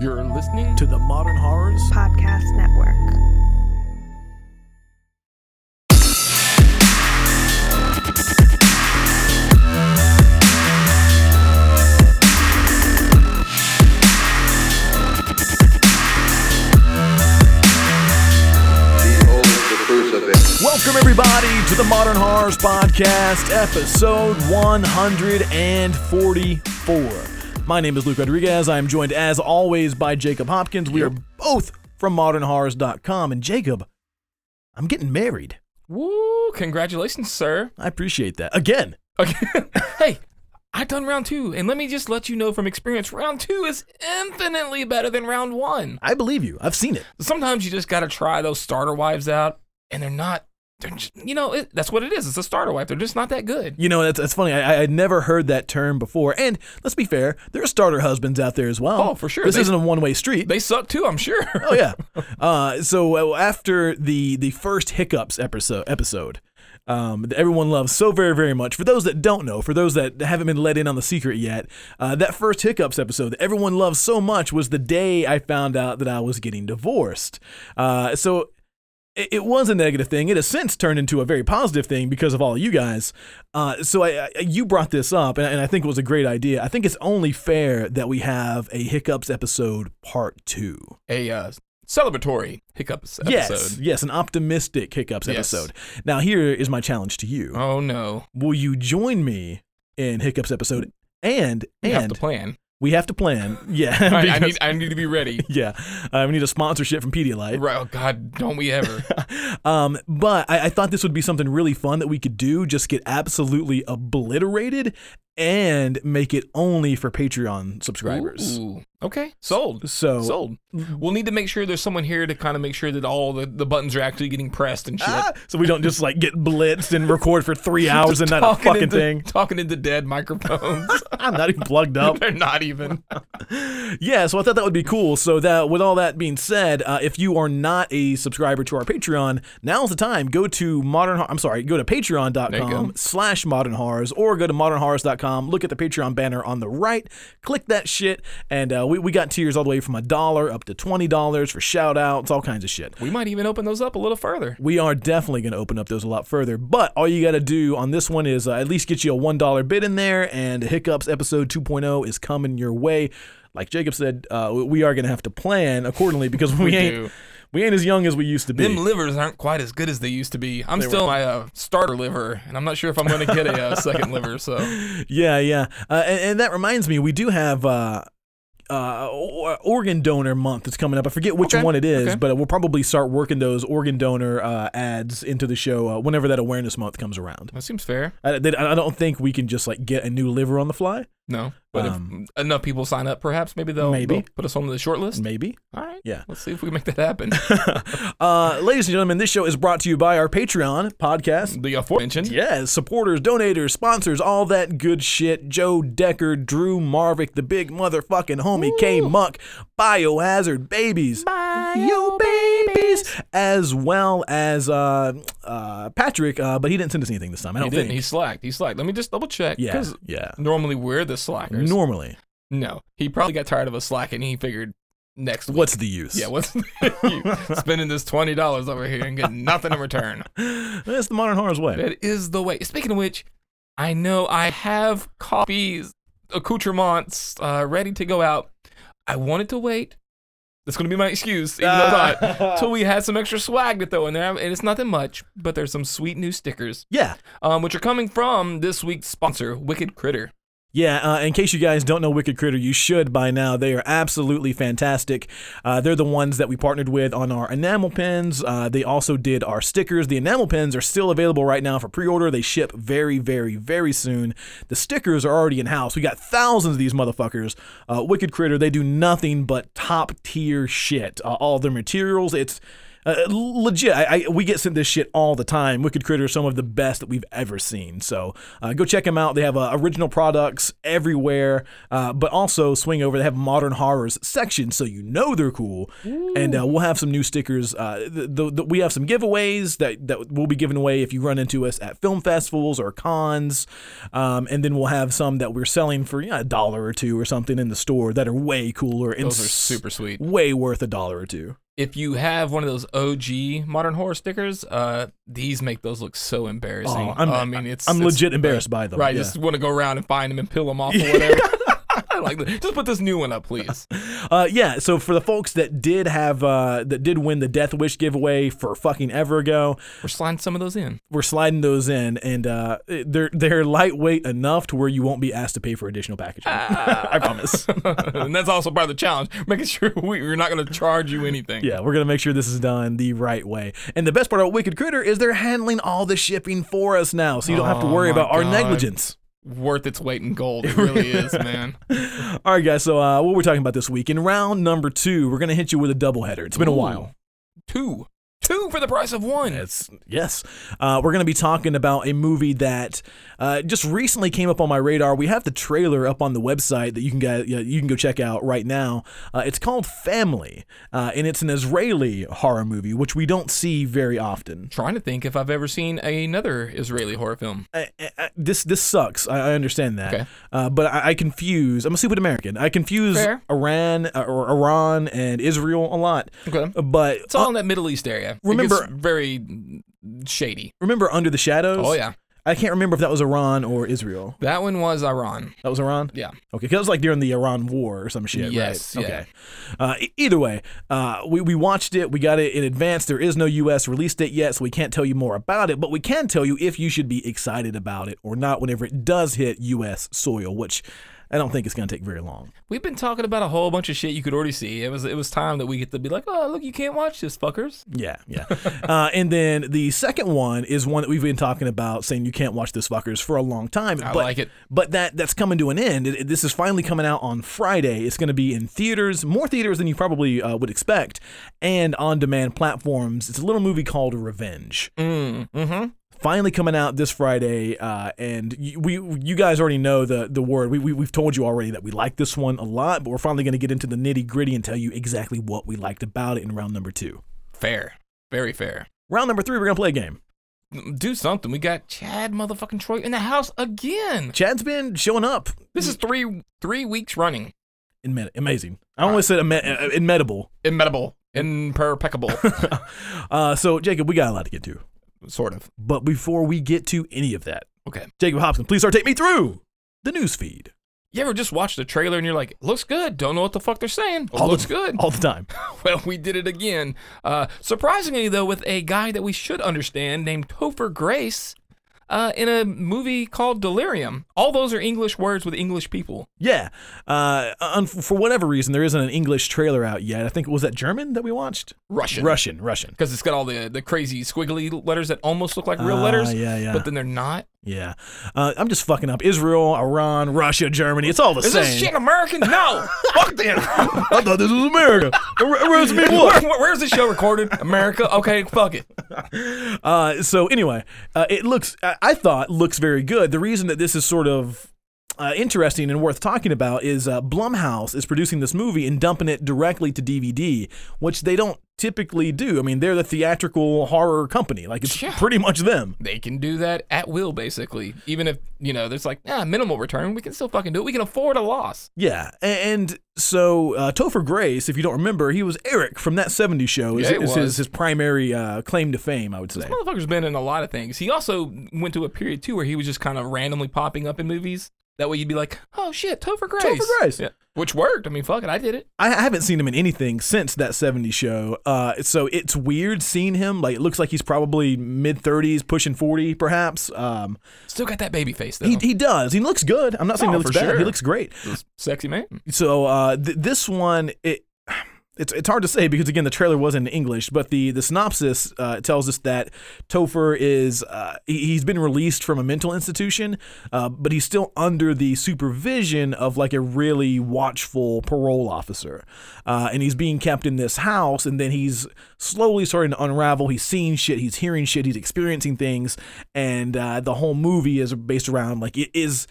You're listening to the Modern Horrors Podcast Network. Behold the crucifix. Welcome, everybody, to the Modern Horrors Podcast, episode 144. My name is Luke Rodriguez. I am joined, as always, by Jacob Hopkins. We are both from modernhorrors.com. And, Jacob, I'm getting married. Woo! Congratulations, sir. I appreciate that. Again, Okay. hey, I done round two, and let me just let you know from experience, round two is infinitely better than round one. I believe you. I've seen it. Sometimes you just gotta try those starter wives out, and they're not. They're just, you know, it, that's what it is. It's a starter wife. They're just not that good. You know, that's, that's funny. I, I had never heard that term before. And let's be fair, there are starter husbands out there as well. Oh, for sure. This They- isn't a one way street. They suck too, I'm sure. oh yeah. Uh, so uh, after the the first hiccups episode episode. Um, that everyone loves so very, very much. For those that don't know, for those that haven't been let in on the secret yet, uh, that first Hiccups episode that everyone loves so much was the day I found out that I was getting divorced. Uh, so it, it was a negative thing. It has since turned into a very positive thing because of all of you guys. Uh, so I, I, you brought this up, and, I- and I think it was a great idea. I think it's only fair that we have a Hiccups episode part two. A uh, celebratory hiccups episode. Yes, yes, an optimistic hiccups Yes. episode. Now here is my challenge to you. Oh no. Will you join me in hiccups episode? And We and have to plan. we have to plan. Yeah, I, I because- need. I need to be ready. yeah, uh, we need a sponsorship from Pedialyte. Right. Oh God, don't we ever? Um, but I, I thought this would be something really fun that we could do. Just get absolutely obliterated and make it only for Patreon subscribers. Ooh. Okay. Sold. So Sold. Mm-hmm. We'll need to make sure there's someone here to kind of make sure that all the, the buttons are actually getting pressed and shit. Ah, so we don't just like get blitzed and record for three hours and not a fucking into, thing. Talking into dead microphones. I'm not even plugged up. They're not even. Yeah, so I thought that would be cool. So that, with all that being said, uh, if you are not a subscriber to our Patreon, now's the time. Go to modern. I'm sorry. Go to There you go. patreon.com slash modern horrors, or go to modernhorrors.com. Look at the Patreon banner on the right. Click that shit, and uh, we we got tiers all the way from a dollar up to twenty dollars for shout outs, all kinds of shit. We might even open those up a little further. We are definitely going to open up those a lot further, but all you got to do on this one is uh, at least get you a $1 bid in there, and Hiccups episode 2.0 is coming your way. Like Jacob said, uh, we are going to have to plan accordingly because we, ain't do. we ain't as young as we used to be. Them livers aren't quite as good as they used to be. I'm still my uh, starter liver, and I'm not sure if I'm going to get a uh, second liver. So yeah, yeah. Uh, and, and that reminds me, we do have uh, uh, o- organ donor month that's coming up. I forget which Okay, one it is, okay. but we'll probably start working those organ donor uh, ads into the show uh, whenever that awareness month comes around. that seems fair. I, they- I don't think we can just like get a new liver on the fly. No, but Um, if enough people sign up, perhaps maybe they'll, Maybe. they'll put us on the short list. Maybe. All right. Yeah. Let's see if we can make that happen. uh, ladies and gentlemen, this show is brought to you by our Patreon podcast. the aforementioned. Yes, supporters, donators, sponsors, all that good shit. Joe Decker, Drew Marvick, the big motherfucking homie K Muck, Biohazard Babies, Bio Babies, as well as uh, uh, Patrick, uh, but he didn't send us anything this time. I he don't didn't. think. He slacked. He slacked. Let me just double check. yeah, 'cause yeah. Normally we're the slackers. Normally, no, he probably got tired of us slacking. He figured next week. what's the use? yeah, what's you spending this twenty dollars over here and getting nothing in return? that's the modern horror's way. That is the way. Speaking of which, I know I have copies, accoutrements uh, ready to go out. I wanted to wait. That's gonna be my excuse, even though Ah. it's not, till we had some extra swag to throw in there, and it's nothing much. But there's some sweet new stickers. yeah. um, which are coming from this week's sponsor, Wicked Critter. Yeah, uh, in case you guys don't know Wicked Critter, you should by now. They are absolutely fantastic. Uh, they're the ones that we partnered with on our enamel pins. Uh, they also did our stickers. The enamel pins are still available right now for pre order. They ship very, very, very soon. The stickers are already in house. We got thousands of these motherfuckers. Uh, Wicked Critter, they do nothing but top tier shit. Uh, all their materials, it's. Uh, l- legit, I, I, we get sent this shit all the time. Wicked Critter are some of the best that we've ever seen. So uh, go check them out. They have uh, original products everywhere, uh, but also swing over. They have modern horrors section, so you know they're cool. And uh, we'll have some new stickers. Uh, th- th- th- we have some giveaways that, that will be given away if you run into us at film festivals or cons. Um, and then we'll have some that we're selling for you know, a dollar or two or something in the store that are way cooler and Those are super sweet. way worth a dollar or two. If you have one of those OG modern horror stickers, uh, these make those look so embarrassing. Oh, I'm, I mean, it's I'm it's- legit embarrassed by them. Right, yeah. just want to go around and find them and peel them off or whatever. I like that. just put this new one up, please. Uh, yeah. So for the folks that did have uh, that did win the Death Wish giveaway for fucking ever ago, We're sliding some of those in. we're sliding those in, and uh, they're they're lightweight enough to where you won't be asked to pay for additional packaging. Ah. I promise. and that's also part of the challenge, making sure we, we're not going to charge you anything. Yeah, we're gonna make sure this is done the right way. And the best part about Wicked Critter is they're handling all the shipping for us now, so you don't have to Oh worry my about our God. negligence. Worth its weight in gold. It really is, man. All right, guys. So uh, what we're talking about this week in round number two, we're gonna hit you with a doubleheader. It's been a Ooh. while. Two. Two for the price of one. It's yes. Uh, we're going to be talking about a movie that uh, just recently came up on my radar. We have the trailer up on the website that you can get, yeah, you can go check out right now. Uh, it's called Family, uh, and it's an Israeli horror movie, which we don't see very often. trying to think if I've ever seen another Israeli horror film. I, I- I- this this sucks. I, I understand that, Okay. uh, but I, I confuse. I'm a stupid American. I confuse Fair. Iran uh, or Iran and Israel a lot. Okay. But It's all in that Middle East area. It Uh, remember- gets very shady. remember, Under the Shadows. Oh yeah, I can't remember if that was Iran or Israel. that one was Iran. That was Iran. Yeah. Okay, because was like during the Iran War or some shit, Yes, right? yeah. Okay. Uh, e- either way, uh, we, we watched it. We got it in advance. There is no U.S. release date yet, so we can't tell you more about it, but we can tell you if you should be excited about it or not whenever it does hit U.S. soil, which I don't think it's going to take very long. We've been talking about a whole bunch of shit you could already see. It was it was time that we get to be like, oh look, you can't watch this, fuckers. Yeah, yeah. uh, and then the second one is one that we've been talking about, saying you can't watch this fuckers for a long time. I but, like it. But that that's coming to an end. It- it- this is finally coming out on Friday. It's going to be in theaters, more theaters than you probably uh, would expect, and on-demand platforms. It's a little movie called Revenge. Mm, mm-hmm. Finally coming out this Friday, uh, and you, we you guys already know the the word. We, we we've told you already that we like this one a lot, but we're finally going to get into the nitty gritty and tell you exactly what we liked about it in round number two. Fair, very fair. Round number three, we're gonna play a game. Do something. We got Chad motherfucking Troy in the house again. Chad's been showing up. This is three three weeks running. in med- amazing. I almost said imme- uh, inmedible. Immedible, imperpeccable, Uh, so Jacob, we got a lot to get to, sort of. but before we get to any of that, Okay. Jacob Hobson, please start take me through the news feed. You ever just watch the trailer and you're like, looks good. Don't know what the fuck they're saying. but the- looks good. all the time. Well, we did it again. Uh, surprisingly, though, with a guy that we should understand named Topher Grace uh, in a movie called Delirium. All those are English words with English people. Yeah. Uh, un- for whatever reason, there isn't an English trailer out yet. I think was that German that we watched. Russian. Russian, Russian. Because it's got all the, the crazy squiggly letters that almost look like real Ah, letters, yeah, yeah. but then they're not. Yeah. Uh, I'm just fucking up. Israel, Iran, Russia, Germany. It's all the Is same. this shit American? No! Fuck them! I thought this was America. Where- Where's me? What? Where, where- where's this show recorded? America? Okay, fuck it. Uh, so anyway, uh, it looks I, I thought looks very good. The reason that this is sort of uh, interesting and worth talking about is uh, Blumhouse is producing this movie and dumping it directly to DVD, which they don't typically do. I mean, they're the theatrical horror company, like it's Yeah. pretty much them. They can do that at will, basically. Even if, you know, there's like, ah, minimal return, we can still fucking do it. We can afford a loss. Yeah, A- and so uh, Topher Grace, if you don't remember, he was Eric from that '70s show. Is, Yeah, he is his was. his primary uh, claim to fame, I would say. Motherfucker's been in a lot of things. He also went to a period too where he was just kind of randomly popping up in movies. That way you'd be like, oh shit, Topher Grace. Topher Grace. Yeah. Which worked. I mean, fuck it, I did it. I I haven't seen him in anything since that 70s show. Uh, so it's weird seeing him. Like, it looks like he's probably mid 30s, pushing 40, perhaps. Um, Still got that baby face though. he, he does. He looks good. I'm not saying he Oh, looks for bad. He sure. looks great. Sexy man. So uh, th- this one, it. it's it's hard to say because again the trailer was in English, but the the synopsis uh, tells us that Topher is uh, he, he's been released from a mental institution, uh, but he's still under the supervision of like a really watchful parole officer, uh, and he's being kept in this house, and then he's slowly starting to unravel. He's seeing shit, he's hearing shit, he's experiencing things, and uh, the whole movie is based around like it is.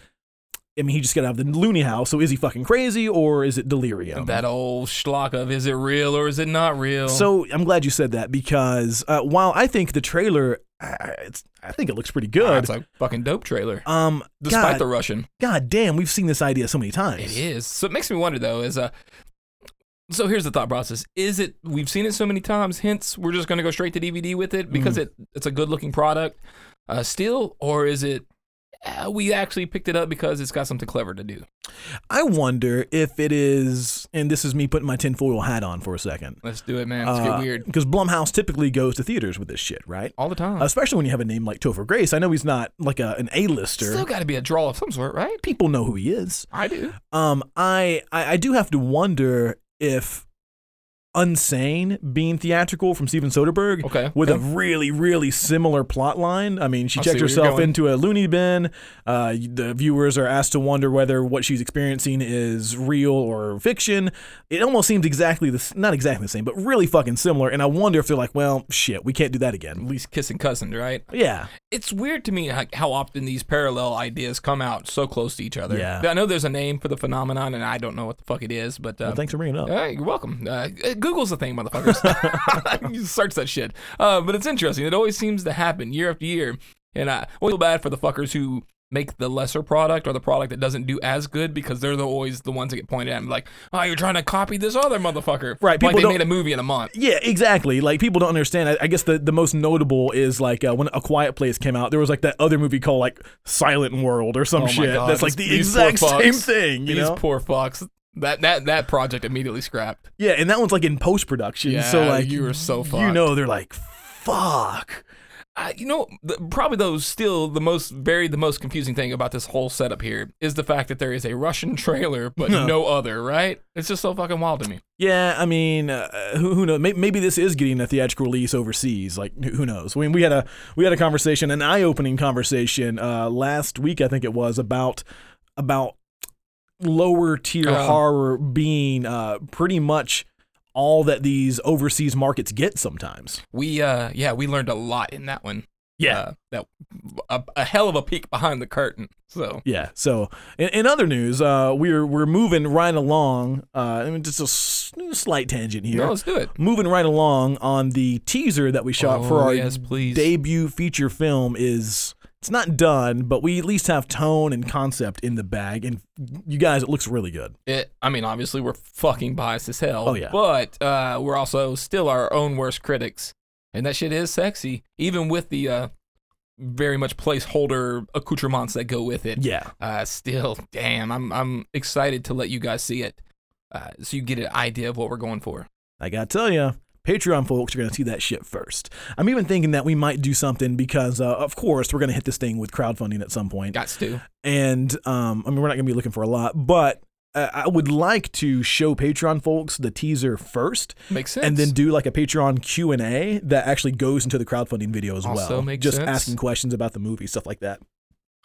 I mean, he just got out of the loony house, so is he fucking crazy or is it delirium? That old schlock of is it real or is it not real? So I'm glad you said that because uh, while I think the trailer, uh, it's, I think it looks pretty good. It's a fucking dope trailer. Um, Despite God, the Russian, God damn, we've seen this idea so many it times. is. So it makes me wonder though. Is uh, so here's the thought process: Is it we've seen it so many times, hence we're just gonna go straight to DVD with it because it it's a good looking product, uh, still, or is it uh, we actually picked it up because it's got something clever to do? I wonder if it is, and this is me putting my tinfoil hat on for a second. Let's do it, man. Let's get weird Because Blumhouse typically goes to theaters with this shit, right? all the time. Especially when you have a name like Topher Grace. I know he's not like a, an A-lister. Still got to be a draw of some sort, right? People know who he is. I do. Um, I, I I do have to wonder if Unsane being theatrical from Steven Soderbergh Okay, with okay. a really really similar plot line. I mean, she I see checks where you're herself going. into a loony bin. Uh, y- the viewers are asked to wonder whether what she's experiencing is real or fiction. It almost seems exactly the s- not exactly the same, but really fucking similar. And I wonder if they're like, well, shit, we can't do that At again. least kiss and cousin, right? Yeah, it's weird to me like, how often these parallel ideas come out so close to each other. Yeah. I know there's a name for the phenomenon, and I don't know what the fuck it is, but uh, well, thanks for bringing it up. hey, you're welcome. Uh, Google's the thing, motherfuckers. you search that shit. Uh, but it's interesting. It always seems to happen year after year, and I always feel bad for the fuckers who make the lesser product or the product that doesn't do as good because they're the, always the ones that get pointed at and be like, oh, you're trying to copy this other motherfucker. Right, Like people they don't- made a movie in a month. Yeah, exactly. Like people don't understand. I, I guess the, the most notable is like uh, when A Quiet Place came out. There was like that other movie called like Silent World or some Oh my shit. God, That's like these- the these poor exact same fucks. thing. You These know? poor fucks. That, that, that project immediately scrapped. yeah, and that one's like in post production. Yeah, so like you were so You fucked. know, they're like, fuck. I, you know, the, probably though, still the most very the most confusing thing about this whole setup here is the fact that there is a Russian trailer but No. no, other. Right? It's just so fucking wild to me. Yeah, I mean, uh, who, who knows? Maybe, maybe this is getting a theatrical release overseas. Like, who who knows? I mean, we had a we had a conversation, an eye opening conversation uh, last week, I think it was about about lower tier Uh-huh. horror being uh, pretty much all that these overseas markets get sometimes. We uh, yeah, we learned a lot in that one. uh, that a, a hell of a peek behind the curtain. So Yeah. So, in, in other news, uh, we're we're moving right along. Uh, I mean, just a s- slight tangent here. no, let's do it. moving right along on the teaser that we shot for Oh, our yes, please. debut feature film is it's not done, but we at least have tone and concept in the bag, and you guys, it looks really good. It, Eh, I mean, obviously we're fucking biased as hell. Oh, yeah. But uh, we're also still our own worst critics, and that shit is sexy, even with the uh, very much placeholder accoutrements that go with it. Yeah, uh, still, damn, I'm I'm excited to let you guys see it, uh, so you get an idea of what we're going for. I gotta tell you. Patreon folks are going to see that shit first. I'm even thinking that we might do something because, uh, of course, we're going to hit this thing with crowdfunding at some point. Got to. and um, I mean we're not gonna be looking for a lot, but uh, I would like to show Patreon folks the teaser first, Makes sense. and then do like a Patreon Q and A that actually goes into the crowdfunding video as Also well. makes just sense. asking questions about the movie, stuff like that.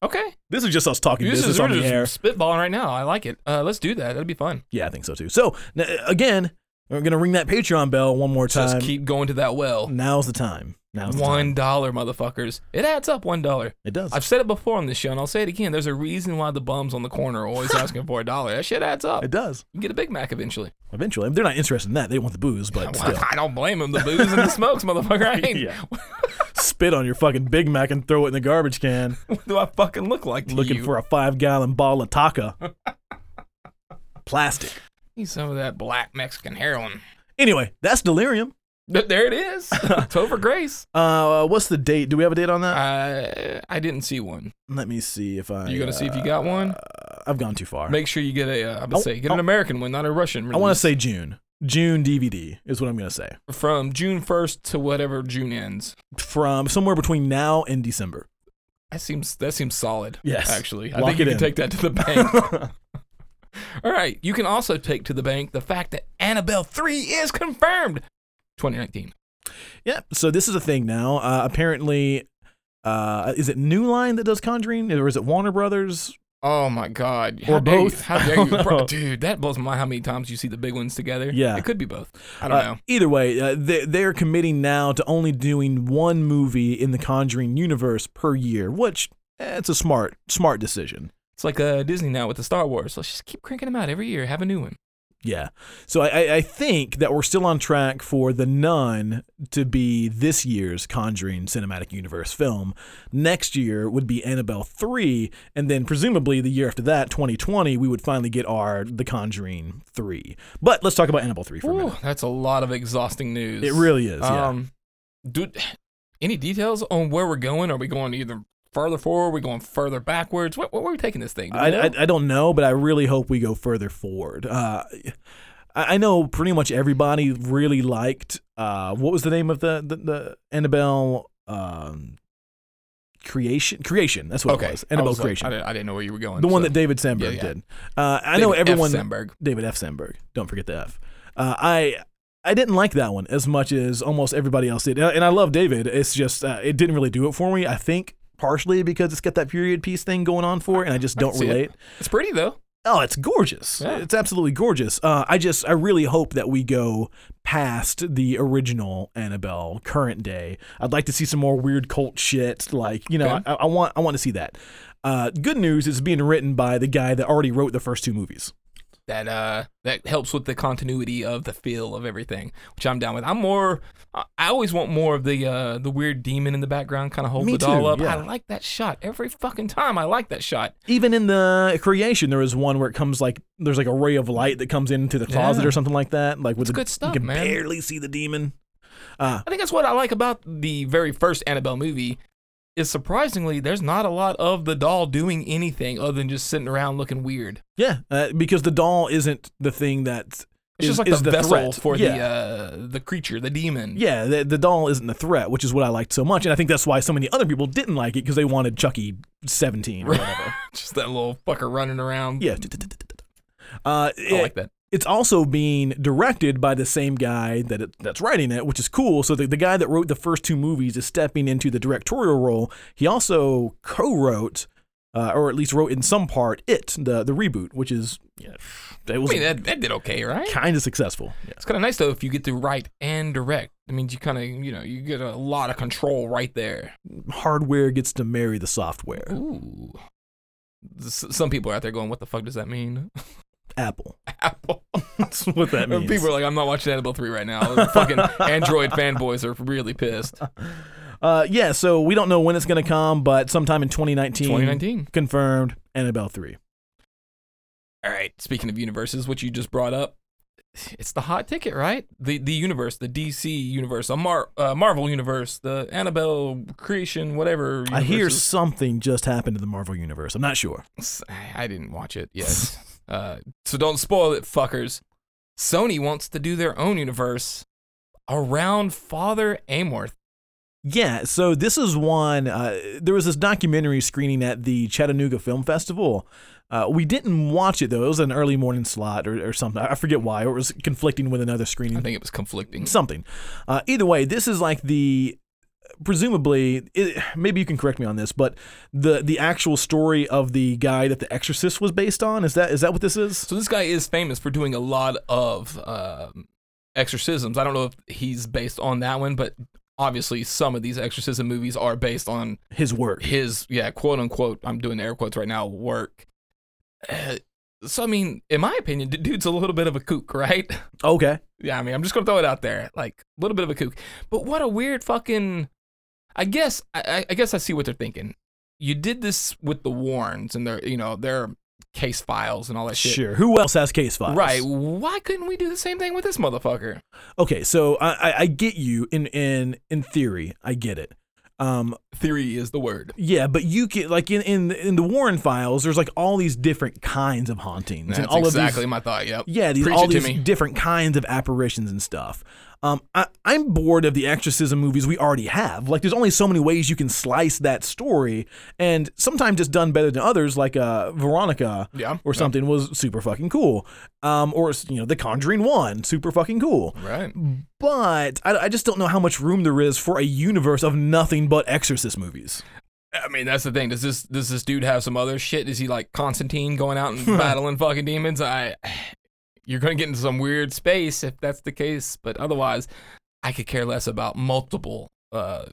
okay, This is just us talking this business is we're on the air. just spitballing right now. I like it. Uh, let's do that. That'd be fun. Yeah, I think so too. So n- uh, again, we're gonna ring that Patreon bell one more Just time. keep going to that well. Now's the time. Now's the time. One dollar, motherfuckers. It adds up. One dollar. It does. I've said it before on this show, and I'll say it again. There's a reason why the bums on the corner are always asking for a dollar. That shit adds up. it does. You can get a Big Mac eventually. Eventually, they're not interested in that. They want the booze, but still. I don't blame them. The booze and the smokes, motherfucker. I ain't, Yeah. Spit on your fucking Big Mac and throw it in the garbage can. What do I fucking look like to looking you? for a five gallon ball of taka. Plastic. Need some of that black Mexican heroin. Anyway, that's delirium. Th- There it is. it's over Grace. Uh, what's the date? Do we have a date on that? I I didn't see one. Let me see if I. Uh, You gonna see if you got one? Uh, I've gone too far. Make sure you get a. Uh, I'm Oh, gonna say get oh. an American one, not a Russian. I want to release. say June. June DVD is what I'm gonna say. from June 1st to whatever June ends. From somewhere between now and December. That seems that seems solid. Yes. actually, I Lock think it you can in. take that to the bank. All right. You can also take to the bank the fact that Annabelle 3 is confirmed 2019. Yeah. So this is a thing now. Uh, apparently, uh, is it New Line that does Conjuring, or is it Warner Brothers? Oh my God. Or dare you- both. How I dare don't you? Bro, know. dude, that blows my mind how many times you see the big ones together. Yeah. It could be both. I don't Uh, know. Either way, uh, they, they're committing now to only doing one movie in the Conjuring universe per year, which eh, it's a smart, smart decision. It's like uh, Disney now with the Star Wars. Let's just keep cranking them out every year, have a new one. Yeah. So I, I- I think that we're still on track for The Nun to be this year's Conjuring Cinematic Universe film. Next year would be Annabelle 3, and then presumably the year after that, 2020, we would finally get our The Conjuring 3. But let's talk about Annabelle 3 for a Ooh, minute. that's a lot of exhausting news. It really is, yeah. Um, dude, any details on where we're going? Are we going either farther forward? Are we going further backwards? What, where are we taking this thing? Do we I, know? I, I don't know, but I really hope we go further forward. Uh, I I know pretty much everybody really liked uh, what was the name of the the, the Annabelle um, creation creation. That's what it was. I Annabelle was like- creation, I, didn't, I didn't know where you were going. the one so- that David Sandberg Yeah, yeah. did. Uh, I know David F. everyone. Sandberg. David F. Sandberg. Don't forget the F. Uh, I I didn't like that one as much as almost everybody else did, and I- and I love David. It's just uh, it didn't really do it for me. I think partially because it's got that period piece thing going on for it, and I just I can don't see it. relate. It's pretty though. Oh, it's gorgeous. Yeah. It's absolutely gorgeous. Uh, I just, I really hope that we go past the original Annabelle current day. I'd like to see some more weird cult shit. Like, you know, Okay. I, I want, I want to see that. Uh, good news is being written by the guy that already wrote the first two movies. That uh, that helps with the continuity of the feel of everything, which I'm down with. I'm more. I I always want more of the uh, the weird demon in the background, kind of holds Me it all too, up. yeah. I like that shot every fucking time. I like that shot. Even in the creation, there was one where it comes like there's like a ray of light that comes into the closet Yeah. or something like that. Like with the, good stuff, you can man. barely see the demon. I think that's what I like about the very first Annabelle movie. Is surprisingly, there's not a lot of the doll doing anything other than just sitting around looking weird. Yeah, uh, because the doll isn't the thing that's is- It's just like is the, vessel threat. for yeah. the uh, the creature, the demon. Yeah, the, the doll isn't the threat, which is what I liked so much, and I think that's why so many other people didn't like it because they wanted Chucky seventeen or Right. whatever. just that little fucker running around. yeah, uh, I it- like that. it's also being directed by the same guy that it, that's writing it, which is cool. So the, the guy that wrote the first two movies is stepping into the directorial role. He also co-wrote. Uh, or at least wrote in some part it the the reboot, which is yeah, it I was mean, that, that did okay, right? kind of successful. Yeah. It's kind of nice though if you get to write and direct. I mean, you kind of you know you get a lot of control right there. Hardware gets to marry the software. Ooh. S- Some people are out there going, "What the fuck does that mean?" Apple. Apple. That's what that And means. People are like, "I'm not watching Annabelle three right now." The fucking Android fanboys are really pissed. Uh, yeah, so we don't know when it's going to come, but sometime in 2019, 2019. confirmed Annabelle 3. All right. Speaking of universes, which you just brought up, it's the hot ticket, right? The the universe, the DC universe, a Mar- uh, Marvel universe, the Annabelle creation, whatever. I hear universes. something just happened to the Marvel Universe. I'm not sure. S- I didn't watch it yet. uh, so don't spoil it, fuckers. Sony wants to do their own universe around Father Amorth. Yeah, so this is one. Uh, there was this documentary screening at the Chattanooga Film Festival. Uh, we didn't watch it, though. It was an early morning slot or, or something. I forget why. It was conflicting with another screening. I think it was conflicting. something. Uh, either way, this is like the presumably it, maybe you can correct me on this, but the the actual story of the guy that The Exorcist was based on is that is that what this is? So this guy is famous for doing a lot of um exorcisms. I don't know if he's based on that one, but obviously some of these exorcism movies are based on His work. his yeah quote unquote i'm doing air quotes right now work Uh, so i mean in my opinion the dude's a little bit of a kook right Okay. yeah i mean i'm just gonna throw it out there like a little bit of a kook but what a weird fucking i guess i, I- I guess i see what they're thinking you did this with the warrens and their you know their case files and all that Oh, shit Sure. Who else has case files? right why couldn't we do the same thing with this motherfucker Okay. So I, I, I get you in in in theory. I get it. Um, theory is the word yeah, but you can like in, in in the Warren files, there's like all these different kinds of hauntings that's and all exactly of these my thought yep Yeah, these Preach all it to these me. different kinds of apparitions and stuff. Um, I, I'm bored of the exorcism movies we already have. Like, there's only so many ways you can slice that story, and sometimes it's done better than others. Like uh, Veronica, Yeah, or yeah. something was super fucking cool. Um, or you know, The Conjuring One, super fucking cool. Right. But I, I just don't know how much room there is for a universe of nothing but exorcist movies. I mean, that's the thing. Does this does this dude have some other shit? Is he like Constantine going out and battling fucking demons? I, you're gonna get into some weird space if that's the case. But otherwise, I could care less about multiple uh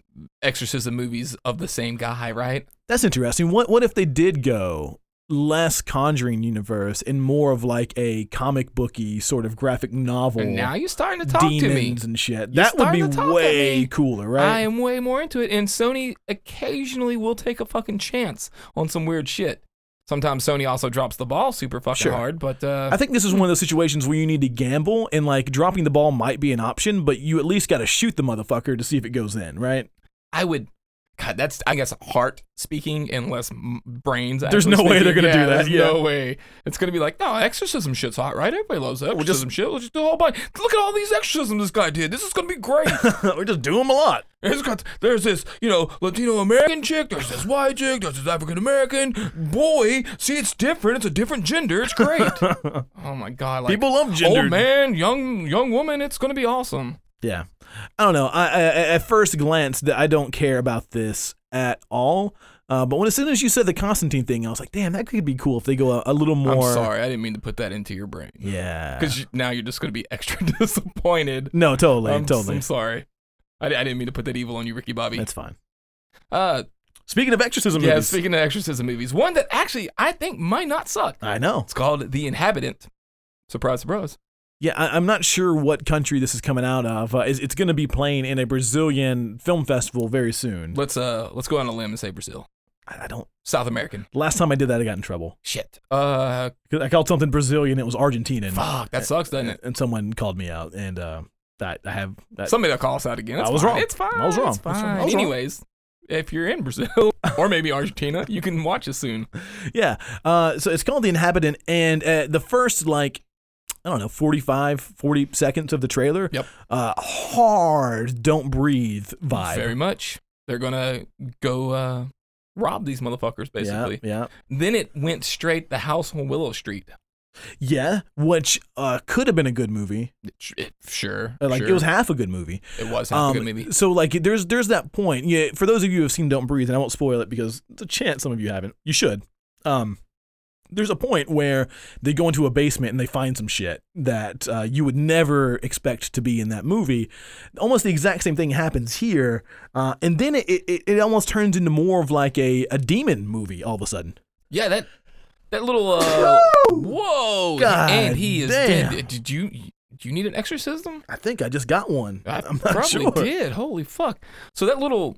exorcism movies of the same guy. Right? That's interesting. What what if they did go less Conjuring universe and more of like a comic booky sort of graphic novel? And now you're starting to talk demons to me. and shit. that would starting be to talk at way me. cooler, I right? am way more into it, and Sony occasionally will take a fucking chance on some weird shit. Sometimes Sony also drops the ball super fucking Sure. hard, but uh, I think this is one of those situations where you need to gamble and like dropping the ball might be an option, but you at least got to shoot the motherfucker to see if it goes in, right? I would. God, that's I guess heart speaking and less m- brains. There's no actually way they're gonna speaking. do Yeah, that, There's yeah. no way. It's gonna be like, no, exorcism shit's hot, right? Everybody loves exorcism shit. Let's just do a whole bunch. Look at all these exorcisms this guy did. This is gonna be great. we just do them a lot. It's got there's this you know Latino American chick. There's this white chick. There's this African American boy. See, it's different. It's a different gender. It's great. oh my god, like, People love Old gendered- man, young young woman. It's gonna be awesome. Yeah, I don't know. I, I I- at first glance that I don't care about this at all. Uh, but when as soon as you said the Constantine thing, I was like, damn, that could be cool if they go a, a little more. I'm sorry, I didn't mean to put that into your brain. Yeah. Because now you're just going to be extra disappointed. no, totally, I'm, totally. I'm sorry. I, I didn't mean to put that evil on you, Ricky Bobby. That's fine. Uh, Speaking of exorcism yeah, movies, speaking of exorcism movies, one that actually I think might not suck. I know. It's called The Inhabitant. Surprise, surprise. Yeah, I, I'm not sure what country this is coming out of. Uh, it's it's going to be playing in a Brazilian film festival very soon. Let's uh, let's go on a limb and say Brazil, I, I don't. South American. Last time I did that, I got in trouble. Shit. Uh, 'Cause I called something Brazilian, it was Argentinian, fuck. That sucks, doesn't it? and someone called me out, and uh, that I have. That, Somebody will call us out again. It's I was fine. wrong. It's fine. I was wrong. It's I was wrong. fine. I was wrong. Anyways, if you're in Brazil or maybe Argentina, you can watch us soon. Yeah. Uh, so it's called The Inhabitant. And uh, the first, like, I don't know, 45, 40 seconds of the trailer, Yep. uh, hard don't breathe vibe. Very much. They're gonna go uh, rob these motherfuckers basically. Yeah, Then it went straight the house on Willow Street. yeah, yeah. Which uh, could have been a good movie. It- it- sure, Uh, Like sure. it was half a good movie. It was half Um, a good movie. So like, there's there's that point. Yeah, for those of you who have seen Don't Breathe, and I won't spoil it because it's a chance some of you haven't. You should. Um, there's a point where they go into a basement and they find some shit that uh, you would never expect to be in that movie. Almost the exact same thing happens here, uh, and then it, it it almost turns into more of like a a demon movie all of a sudden. Yeah, that that little uh, whoa, God and he is damn. dead. Did you? Do you need an exorcism? I think I just got one. I am not probably sure. did. Holy fuck! So that little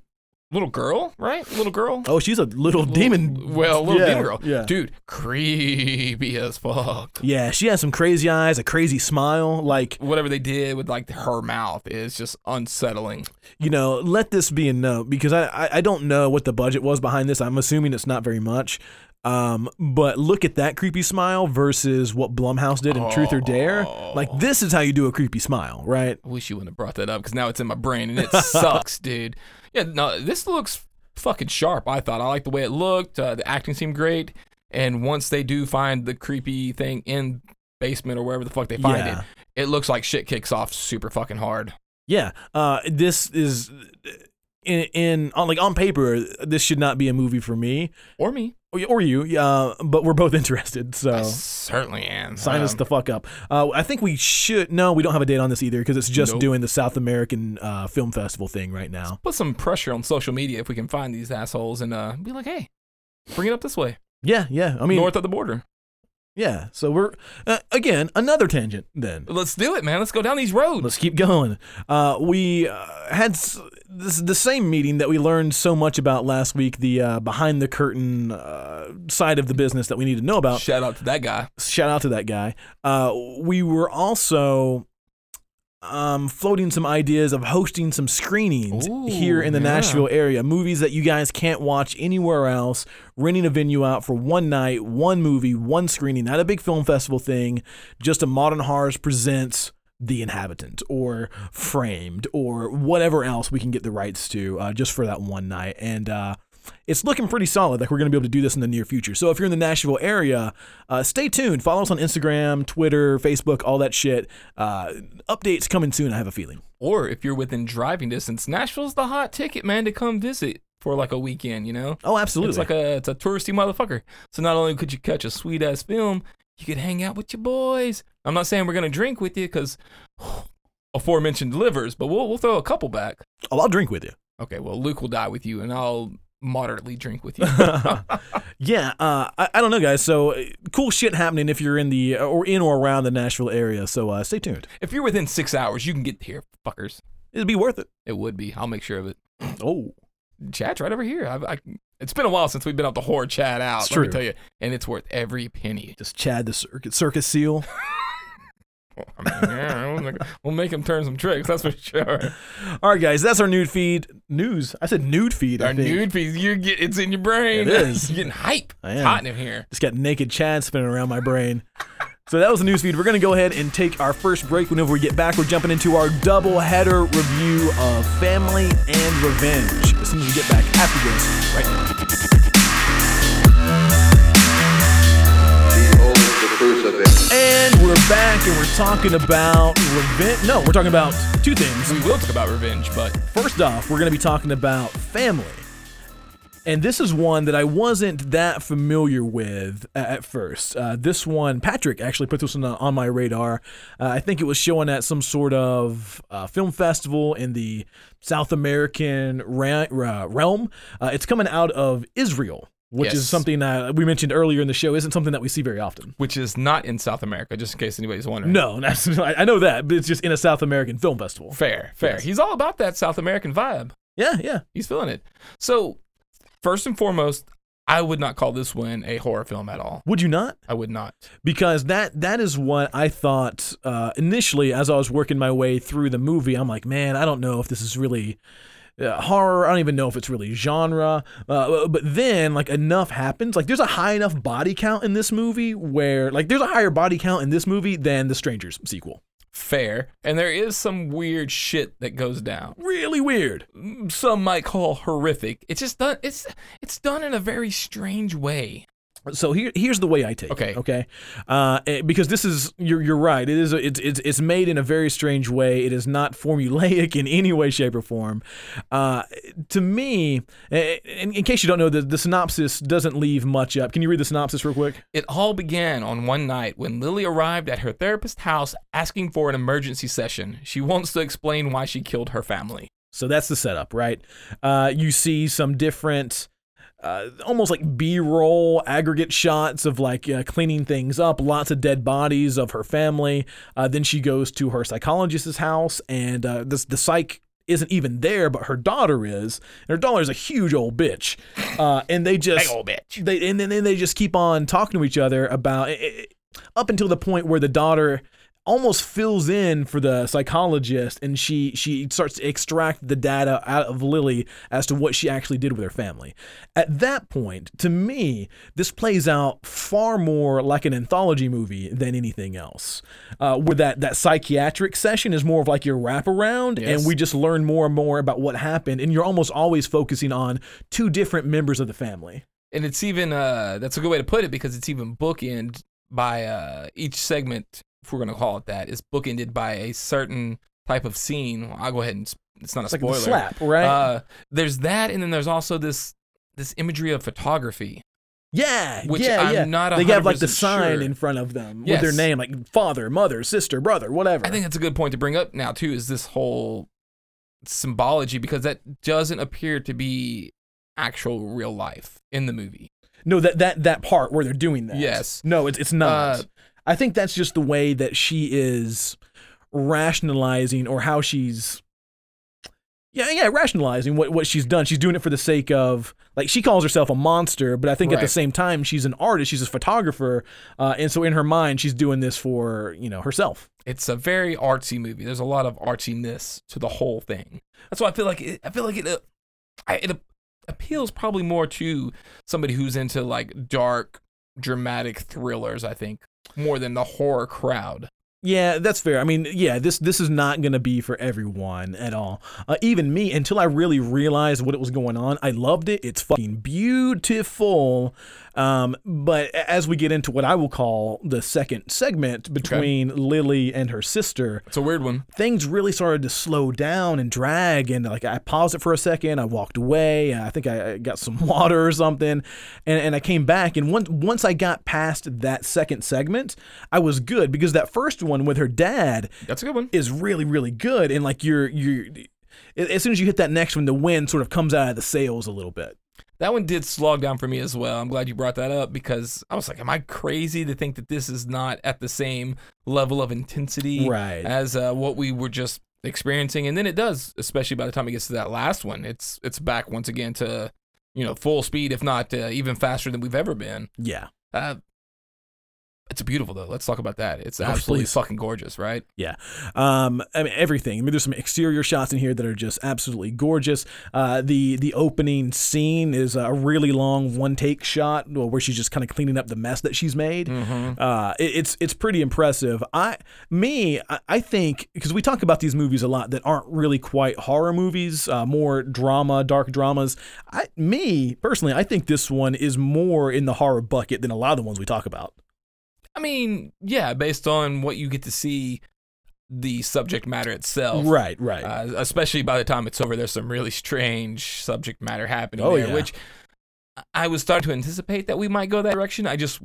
little girl, right? Little girl. Oh, she's a little, demon. Well, little yeah, demon girl. Yeah. Dude, creepy as fuck. Yeah, she has some crazy eyes, a crazy smile. Like, Whatever they did with like her mouth is just unsettling. you know, let this be a note because I, I, I don't know what the budget was behind this. I'm assuming it's not very much. Um, but look at that creepy smile versus what Blumhouse did in Truth or Dare. Oh. Like, this is how you do a creepy smile, right? I wish you wouldn't have brought that up because now it's in my brain and it sucks, dude. Yeah, no, this looks fucking sharp. I thought I liked the way it looked. Uh, the acting seemed great. And once they do find the creepy thing in basement or wherever the fuck they find Yeah. it, it looks like shit kicks off super fucking hard. Yeah. Uh, this is uh, in, in on like on paper, this should not be a movie for me Or me, or, or you. Uh, but we're both interested, so. I certainly am. Sign us Um, the fuck up. Uh, I think we should. No, we don't have a date on this either because it's just Nope. doing the South American uh, Film Festival thing right now. put some pressure on social media if we can find these assholes and uh, be like, hey, bring it up this way, Yeah, yeah. I mean, north of the border. Yeah. So we're uh, again another tangent. Then Let's do it, man. Let's go down these roads. let's keep going. Uh, we uh, had s- this the same meeting that we learned so much about last week. The uh, behind the curtain uh, side of the business that we need to know about. Shout out to that guy. Shout out to that guy. Uh, we were also. Um, floating some ideas of hosting some screenings Ooh, here in the yeah. Nashville area, movies that you guys can't watch anywhere else. Renting a venue out for one night, one movie, one screening, not a big film festival thing, just a modern horrors presents The Inhabitant or Framed or whatever else we can get the rights to uh, just for that one night. And uh, it's looking pretty solid. Like we're going to be able to do this in the near future. So if you're in the Nashville area, uh, stay tuned. Follow us on Instagram, Twitter, Facebook, all that shit. Uh, updates coming soon, I have a feeling. Or if you're within driving distance, Nashville's the hot ticket, man, to come visit for like a weekend, you know? Oh, absolutely. It's like a it's a touristy motherfucker. So not only could you catch a sweet ass film, you could hang out with your boys. I'm not saying we're gonna drink with you because aforementioned livers, but we'll we'll throw a couple back. oh, I'll drink with you. Okay, well Luke will die with you, and I'll moderately drink with you. Yeah, uh, I, I don't know, guys. So uh, cool shit happening if you're in the uh, or in or around the Nashville area. So uh, stay tuned. if you're within six hours, you can get here, fuckers. It'd be worth it. It would be. I'll make sure of it. Oh, Chad's right over here. I, I, it's been a while since we've been up to whore Chad out. It's let true. me tell you, and it's worth every penny. just Chad the circus, circus seal. I mean, yeah, we'll, make, we'll make him turn some tricks. That's for sure. All right, guys, that's our nude feed news. I said nude feed. I Our think. nude piece, you get it's in your brain. It is. You're getting hype. I It's am. hot in here. Just got naked Chad spinning around my brain. So that was the newsfeed. We're going to go ahead and take our first break. Whenever we get back, we're jumping into our double header review of Family and Revenge. As soon as we get back after this, right now. Behold the crucifix. And we're back and we're talking about revenge. No, we're talking about two things. We will talk about revenge, but First off, we're going to be talking about family. And this is one that I wasn't that familiar with a- at first. Uh, this one, Patrick actually put this one on- on my radar. Uh, I think it was showing at some sort of uh, film festival in the South American ra- ra- realm. Uh, it's coming out of Israel, which is Yes. something that we mentioned earlier in the show, isn't something that we see very often. which is not in South America, just in case anybody's wondering. No, that's, I I know that, but it's just in a South American film festival. Fair, fair. Yes. He's all about that South American vibe. Yeah, yeah. He's feeling it. So, first and foremost, I would not call this one a horror film at all. Would you not? I would not. because that that is what I thought uh, initially as I was working my way through the movie. I'm like, man, I don't know if this is really uh, horror. I don't even know if it's really genre. Uh, but then, like, enough happens. Like, there's a high enough body count in this movie where, like, there's a higher body count in this movie than the Strangers sequel. Fair. And there is some weird shit that goes down. Really weird. Some might call horrific. It's just done. It's it's done in a very strange way. So here, here's the way I take Okay. it. Okay. Uh, eh, because this is you're you're right. It is a, it's it's it's made in a very strange way. It is not formulaic in any way, shape, or form. Uh, to me, eh, in, in case you don't know, the, the synopsis doesn't leave much up. Can you read the synopsis real quick? It all began on one night when Lily arrived at her therapist's house asking for an emergency session. She wants to explain why she killed her family. So that's the setup, right? Uh, you see some different, uh, almost like B-roll aggregate shots of like uh, cleaning things up, lots of dead bodies of her family. Uh, then she goes to her psychologist's house, and uh, this the psych isn't even there, but her daughter is, and her daughter is a huge old bitch. Uh, and they just bitch. they and then, then they just keep on talking to each other about it, it, up until the point where the daughter almost fills in for the psychologist and she she starts to extract the data out of Lily as to what she actually did with her family. At that point, to me, this plays out far more like an anthology movie than anything else. Uh, where that that psychiatric session is more of like your wraparound and Yes. we just learn more and more about what happened and you're almost always focusing on two different members of the family. And it's even uh that's a good way to put it because it's even bookend by uh each segment, if we're gonna call it that, is bookended by a certain type of scene. I'll go ahead and s- it's not a It's like spoiler. the slap, right? Uh, there's that, and then there's also this this imagery of photography. yeah, which yeah, I'm yeah. not they have like the 100% sign sure. in front of them Yes. with their name, like father, mother, sister, brother, whatever. I think that's a good point to bring up now too. Is this whole symbology because that doesn't appear to be actual real life in the movie. no, that that that part where they're doing that. Yes. No, it's it's not. Uh, I think that's just the way that she is rationalizing or how she's. Yeah, yeah, rationalizing what, what she's done. She's doing it for the sake of, like, she calls herself a monster, but I think at the Right. same time, she's an artist, she's a photographer. Uh, and so in her mind, she's doing this for, you know, herself. It's a very artsy movie. There's a lot of artsiness to the whole thing. That's why I feel like it, I feel like it. Uh, I, it appeals probably more to somebody who's into like dark, dramatic thrillers. I think more than the horror crowd. Yeah, that's fair. I mean, yeah, this this is not going to be for everyone at all. Uh, even me, until I really realized what it was going on, I loved it. It's fucking beautiful. Um, but a- as we get into what I will call the second segment between Lily and her sister, It's a weird one. things really started to slow down and drag. And like I paused it for a second, I walked away. I think I I got some water or something, and, and I came back. And once once I got past that second segment, I was good because that first one with her dad That's a good one. is really really good. And like you're you're. a- As soon as you hit that next one, the wind sort of comes out of the sails a little bit. That one did slog down for me as well. I'm glad you brought that up because I was like, am I crazy to think that this is not at the same level of intensity Right. as uh, what we were just experiencing? And then it does, especially by the time it gets to that last one. It's it's back once again to you know full speed, if not uh, even faster than we've ever been. Yeah, Uh, it's beautiful though. Let's talk about that. It's Oh, absolutely please. fucking gorgeous, right? yeah. Um, I mean everything. I mean, there's some exterior shots in here that are just absolutely gorgeous. Uh, the the opening scene is a really long one take shot well, where she's just kind of cleaning up the mess that she's made. Mm. Uh, it, it's it's pretty impressive. I me I, I think because we talk about these movies a lot that aren't really quite horror movies, uh, more drama, dark dramas. I me personally, I think this one is more in the horror bucket than a lot of the ones we talk about. I mean, yeah, based on what you get to see, the subject matter itself. Right, right. Uh, especially by the time it's over, there's some really strange subject matter happening Oh, there, yeah. which I was starting to anticipate that we might go that direction. I just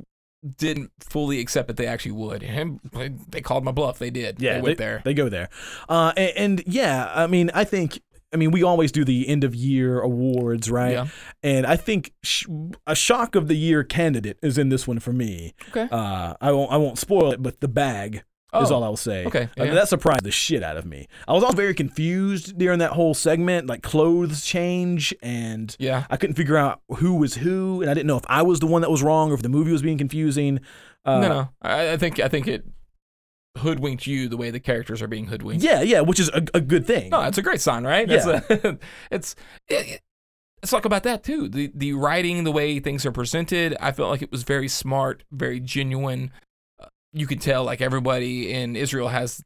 didn't fully accept that they actually would. And they called my bluff. They did. they went there. They go there. Uh, a- and, yeah, I mean, I think. I mean, we always do the end of year awards, right? Yeah. And I think sh- a shock of the year candidate is in this one for me. Okay. Uh, I won't. I won't spoil it, but the bag is Oh, all I'll say. okay, I mean, yeah. that surprised the shit out of me. I was also very confused during that whole segment, like clothes change, and Yeah. I couldn't figure out who was who, and I didn't know if I was the one that was wrong or if the movie was being confusing. Uh, no, no. I, I think I think it hoodwinked you the way the characters are being hoodwinked. Yeah, yeah, which is a, a good thing. No, it's a great sign, right? That's a- it's it, it- let's talk about that too. The the writing, the way things are presented, I felt like it was very smart, very genuine. Uh, You could tell like everybody in Israel has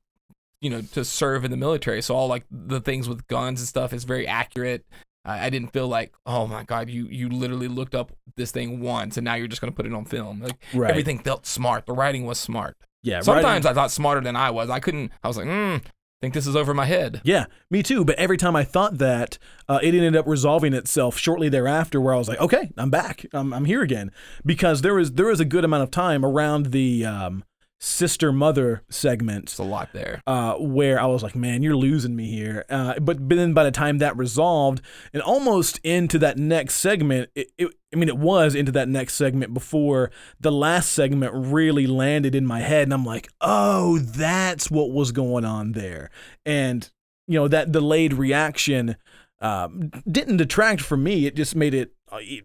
you know to serve in the military, so all like the things with guns and stuff is very accurate. I, I didn't feel like, oh my god, you you literally looked up this thing once and now you're just gonna put it on film. Like Right. everything felt smart. The writing was smart. Yeah, Sometimes writing- I thought smarter than I was. I couldn't. I was like, hmm, think this is over my head. Yeah, me too. But every time I thought that, uh, it ended up resolving itself shortly thereafter, where I was like, "Okay, I'm back. I'm, I'm here again." Because there was there was a good amount of time around the um, sister mother segment It's a lot there. uh, where I was like, "Man, you're losing me here." Uh, but but then by the time that resolved, and almost into that next segment, it, it, I mean, it was into that next segment before the last segment really landed in my head, and I'm like, "Oh, that's what was going on there," and you know that delayed reaction um, didn't detract from me. It just made it, uh, e-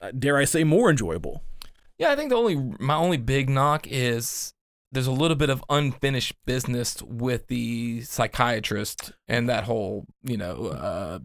uh, dare I say, more enjoyable. Yeah, I think the only my only big knock is there's a little bit of unfinished business with the psychiatrist and that whole you know uh,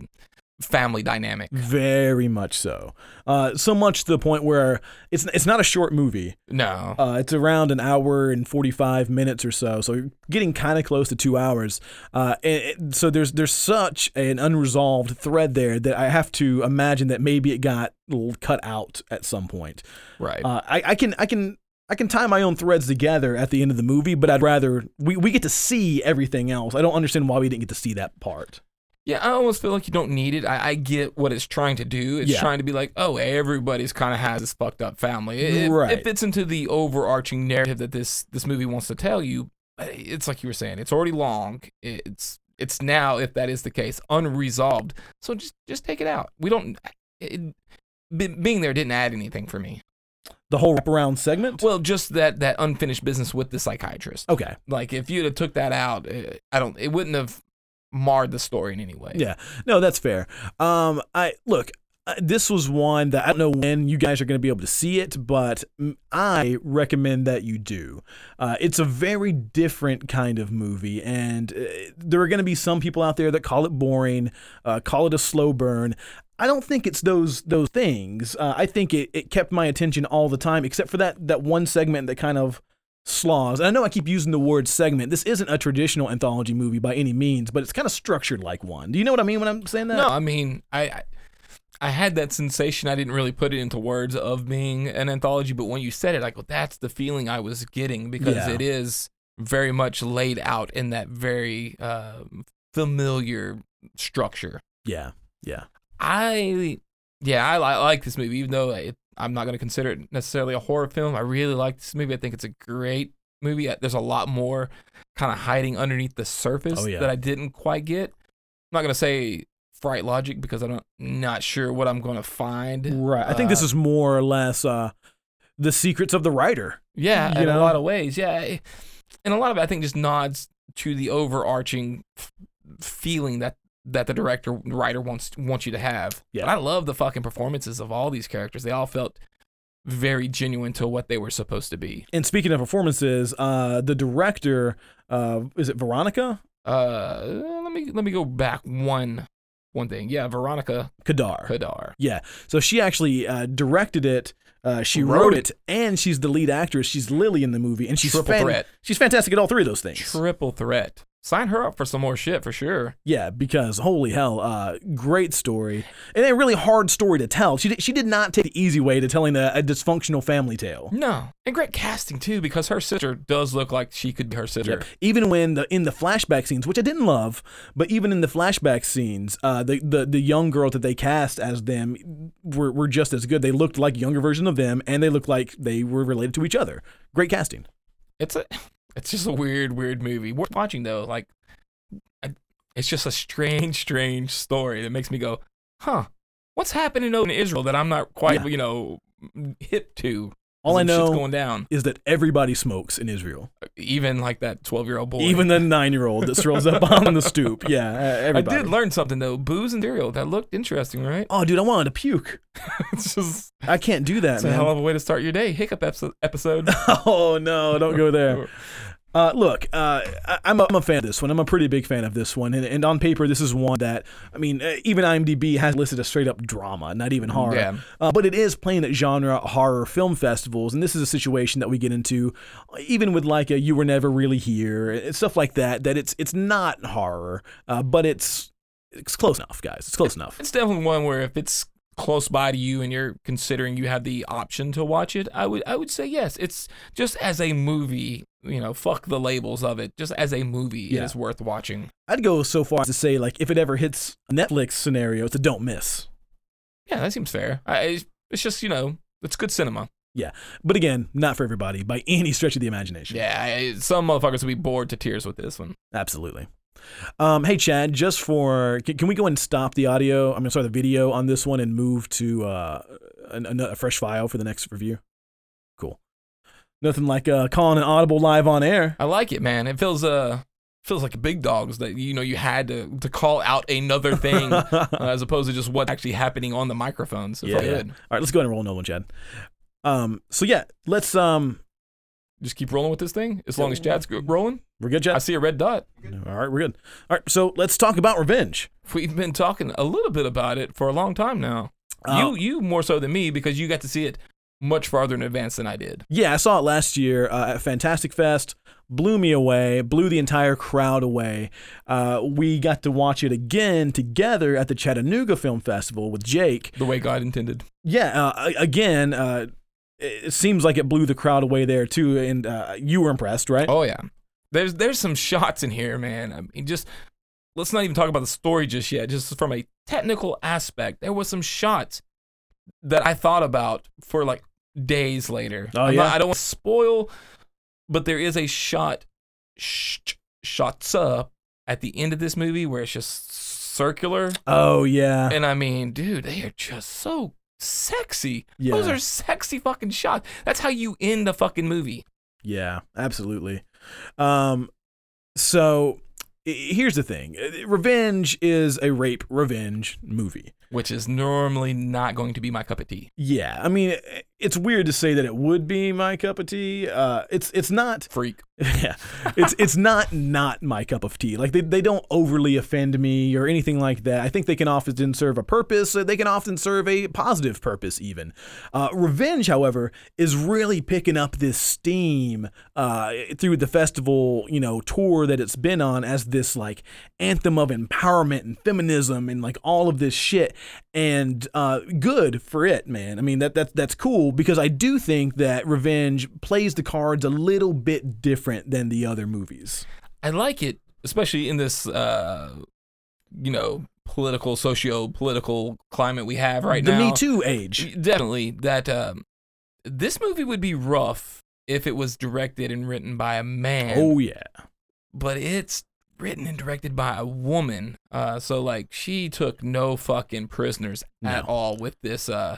family dynamic. Very much so. Uh, so much to the point where it's it's not a short movie. No, Uh, it's around an hour and 45 minutes or so, so you're getting kind of close to two hours. Uh, and it- so there's there's such an unresolved thread there that I have to imagine that maybe it got l- cut out at some point. right. Uh, I, I can I can I can tie my own threads together at the end of the movie, but I'd rather we, we get to see everything else. I don't understand why we didn't get to see that part. yeah, I almost feel like you don't need it. I, I get what it's trying to do. It's Yeah. trying to be like, oh, everybody's kind of has this fucked up family. It, it- Right. it fits into the overarching narrative that this this movie wants to tell you. but It's like you were saying, it's already long. It's it's now, if that is the case, unresolved. So just just take it out. We don't. uh, It, be- being there didn't add anything for me. The whole wraparound segment. Well, just that that unfinished business with the psychiatrist. Okay. Like if you'd have took that out, eh, I don't. It wouldn't have marred the story in any way. Yeah, no, that's fair. Um, I look. uh, This was one that I don't know when you guys are going to be able to see it, but mm, I recommend that you do. Uh, it's a very different kind of movie, and uh, there are going to be some people out there that call it boring, uh, call it a slow burn. I don't think it's those those things. Uh, I think it, it kept my attention all the time, except for that that one segment that kind of Slaws. And I know I keep using the word segment. This isn't a traditional anthology movie by any means, but it's kind of structured like one. Do you know what I mean when I'm saying that? No, I mean, I, I I had that sensation. I didn't really put it into words of being an anthology, but when you said it, I go, that's the feeling I was getting because Yeah. it is very much laid out in that very uh, familiar structure. Yeah. Yeah. I yeah, I, li- I like this movie, even though it, I'm not going to consider it necessarily a horror film. I really like this movie. I think it's a great movie. Uh, There's a lot more kind of hiding underneath the surface Oh, yeah. that I didn't quite get. I'm not going to say fright logic because I don't not sure what I'm going to find. Right. I think this Uh, is more or less uh, the secrets of the writer. Yeah, You in know? a lot of ways. Yeah, I- and a lot of it I think just nods to the overarching f- feeling that that the director writer wants wants you to have. Yeah. But I love the fucking performances of all these characters. They all felt very genuine to what they were supposed to be. And speaking of performances, uh, the director uh, is it Veronica Uh, let me let me go back one one thing. Yeah, Veronica Kadar? Kadar. Yeah. So she actually uh, directed it. Uh, she Wrote wrote, it, and she's the lead actress. She's Lily in the movie, and she's Triple threat. She's fantastic at all three of those things. Triple threat. Sign her up for some more shit for sure. yeah, because holy hell, uh, great story and a really hard story to tell. She did, she did not take the easy way to telling a, a dysfunctional family tale. No, and great casting too because her sister does look like she could be her sister. Even when the in the flashback scenes, which I didn't love, but even in the flashback scenes, uh, the, the the young girls that they cast as them were, were just as good. They looked like younger version of them, and they looked like they were related to each other. Great casting. it's a it's just a weird weird movie worth watching though like I, it's just a strange strange story that makes me go huh what's happening over in israel that i'm not quite Yeah. you know hip to All I Some shit's know going down is that everybody smokes in Israel, even like that 12 year old boy even the nine year old that strolls up on the stoop. Yeah, uh, i everybody. did learn something though booze and cereal that looked interesting right oh, dude, I wanted to puke. it's just I can't do that, it's a man. hell of a way to start your day hiccup episode episode oh no, don't go there. Uh, look, uh, I, I'm, a, I'm a fan of this one. I'm a pretty big fan of this one, and, and on paper, this is one that I mean, uh, even IMDb has listed a straight up drama, not even horror. Yeah. Uh, but it is playing at genre horror film festivals, and this is a situation that we get into, even with like a "You Were Never Really Here" and stuff like that. That it's it's not horror, uh, but it's it's close enough, guys. It's close enough. it's definitely one where if it's close by to you and you're considering you have the option to watch it, I would I would say yes. It's just as a movie, you know, fuck the labels of it. Just as a movie, Yeah. it is worth watching. I'd go so far as to say like if it ever hits a Netflix scenario, it's a don't miss. Yeah, that seems fair. I, it's- it's just you know, it's good cinema. Yeah, but again, not for everybody by any stretch of the imagination. Yeah, I, some motherfuckers will be bored to tears with this one. Absolutely. Um, hey, Chad, just for can, can we go and stop the audio? I'm mean, sorry, the video on this one and move to uh, an, an- a fresh file for the next review. Cool. Nothing like uh, calling an audible live on air. I like it, man. It feels uh feels like big dogs that you know you had to to call out another thing. uh, As opposed to just what's actually happening on the microphone. So it felt Yeah. good. All right, let's go ahead and roll another one, Chad. Um, so yeah, let's um, Just keep rolling with this thing as long as Chad's rolling. we're good, I Chad. see a red dot. All right, we're good. All right, so let's talk about revenge. We've been talking a little bit about it for a long time now. Uh, you you more so than me because you got to see it much farther in advance than I did. Yeah, I saw it last year uh, at Fantastic Fest. Blew me away, blew the entire crowd away. Uh, we got to watch it again together at the Chattanooga Film Festival with Jake. The way God intended. Yeah, uh, a- again, uh, it it seems like it blew the crowd away there too. And uh, you were impressed, right? Oh yeah. There's there's some shots in here, man. I mean, just let's not even talk about the story just yet. Just from a technical aspect, there was some shots that I thought about for like days later. Oh, I'm yeah? not- I don't want to spoil, but there is a shot, sh- shots up at the end of this movie where it's just circular. Oh, yeah. And I mean, dude, they are just so sexy. Yeah. Those are sexy fucking shots. That's how you end a fucking movie. Yeah, absolutely. Um, so i- here's the thing: Revenge is a rape revenge movie. which is normally not going to be my cup of tea Yeah, I mean, it- it's weird to say that it would be my cup of tea. Uh, it's it's not freak yeah, it's it's not not my cup of tea. Like they, they don't overly offend me or anything like that. I think they can often serve a purpose. uh, They can often serve a positive purpose even. Uh, Revenge, however, is really picking up this steam uh, through the festival you know tour that it's been on as this like anthem of empowerment and feminism and like all of this shit. And uh, good for it, man. I mean that that that's cool because I do think that Revenge plays the cards a little bit different than the other movies. i like it especially in this uh you know political socio political climate we have right the now Me Too age. definitely that um, this movie would be rough if it was directed and written by a man Oh yeah. but it's written and directed by a woman. Uh, so like she took no fucking prisoners at No. all with this uh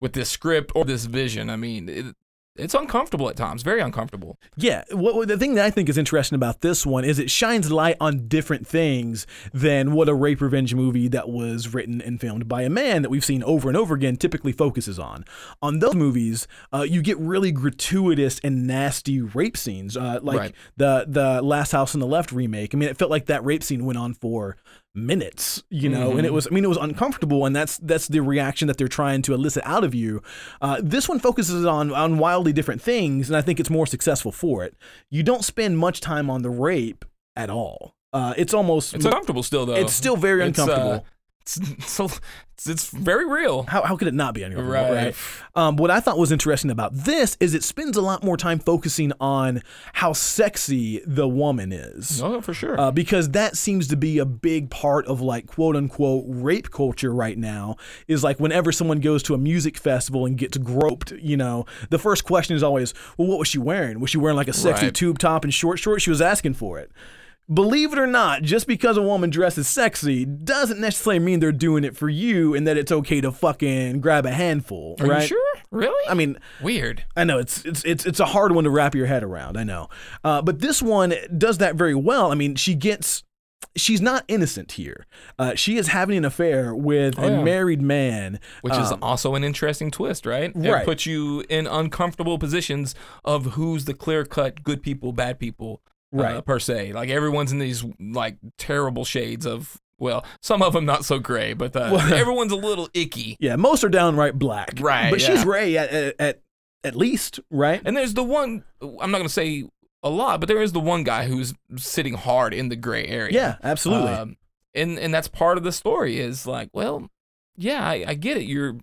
with this script or this vision. I mean, it, it's uncomfortable at times, very uncomfortable. Yeah, what, what- the thing that I think is interesting about this one is it shines light on different things than what a rape revenge movie that was written and filmed by a man that we've seen over and over again typically focuses on. On those movies, uh, you get really gratuitous and nasty rape scenes, uh, like Right. the the Last House on the Left remake. I mean, it felt like that rape scene went on for minutes, you know, and it was I mean it was uncomfortable, and that's that's the reaction that they're trying to elicit out of you. Uh, this one focuses on on wildly different things, and I think it's more successful for it. You don't spend much time on the rape at all. Uh, it's almost It's it's, uncomfortable still though. still very It's, uh, uncomfortable. It's, so it's, it's very real. how, how could it not be uncomfortable, right? Right. Um, what I thought was interesting about this is it spends a lot more time focusing on how sexy the woman is. No, for sure. uh, because that seems to be a big part of like quote unquote rape culture right now is like whenever someone goes to a music festival and gets groped you know the first question is always well what was she wearing was she wearing like a sexy Right. tube top and short shorts she was asking for it Believe it or not, just because a woman dresses sexy doesn't necessarily mean they're doing it for you and that it's okay to fucking grab a handful, Are right? Uh, you sure? Really? I mean, Weird. I know it's it's it's it's a hard one to wrap your head around. I know, uh, but this one does that very well. I mean, she gets. She's not innocent here. Uh, she is having an affair with Oh, a yeah. married man. Which is also an interesting twist, right? um, right. It puts you in uncomfortable positions of who's the clear cut good people, bad people, uh, Right. per se. Like everyone's in these like terrible shades of well, some of them not so gray, but uh, Well- everyone's a little icky. Yeah, most are downright black. Right, but she's yeah. Ray at, at at at least right. And there's the one I'm not gonna say a lot, but there is the one guy who's sitting hard in the gray area. yeah, absolutely. Um, and and that's part of the story is like, well, yeah, I, I get it. You're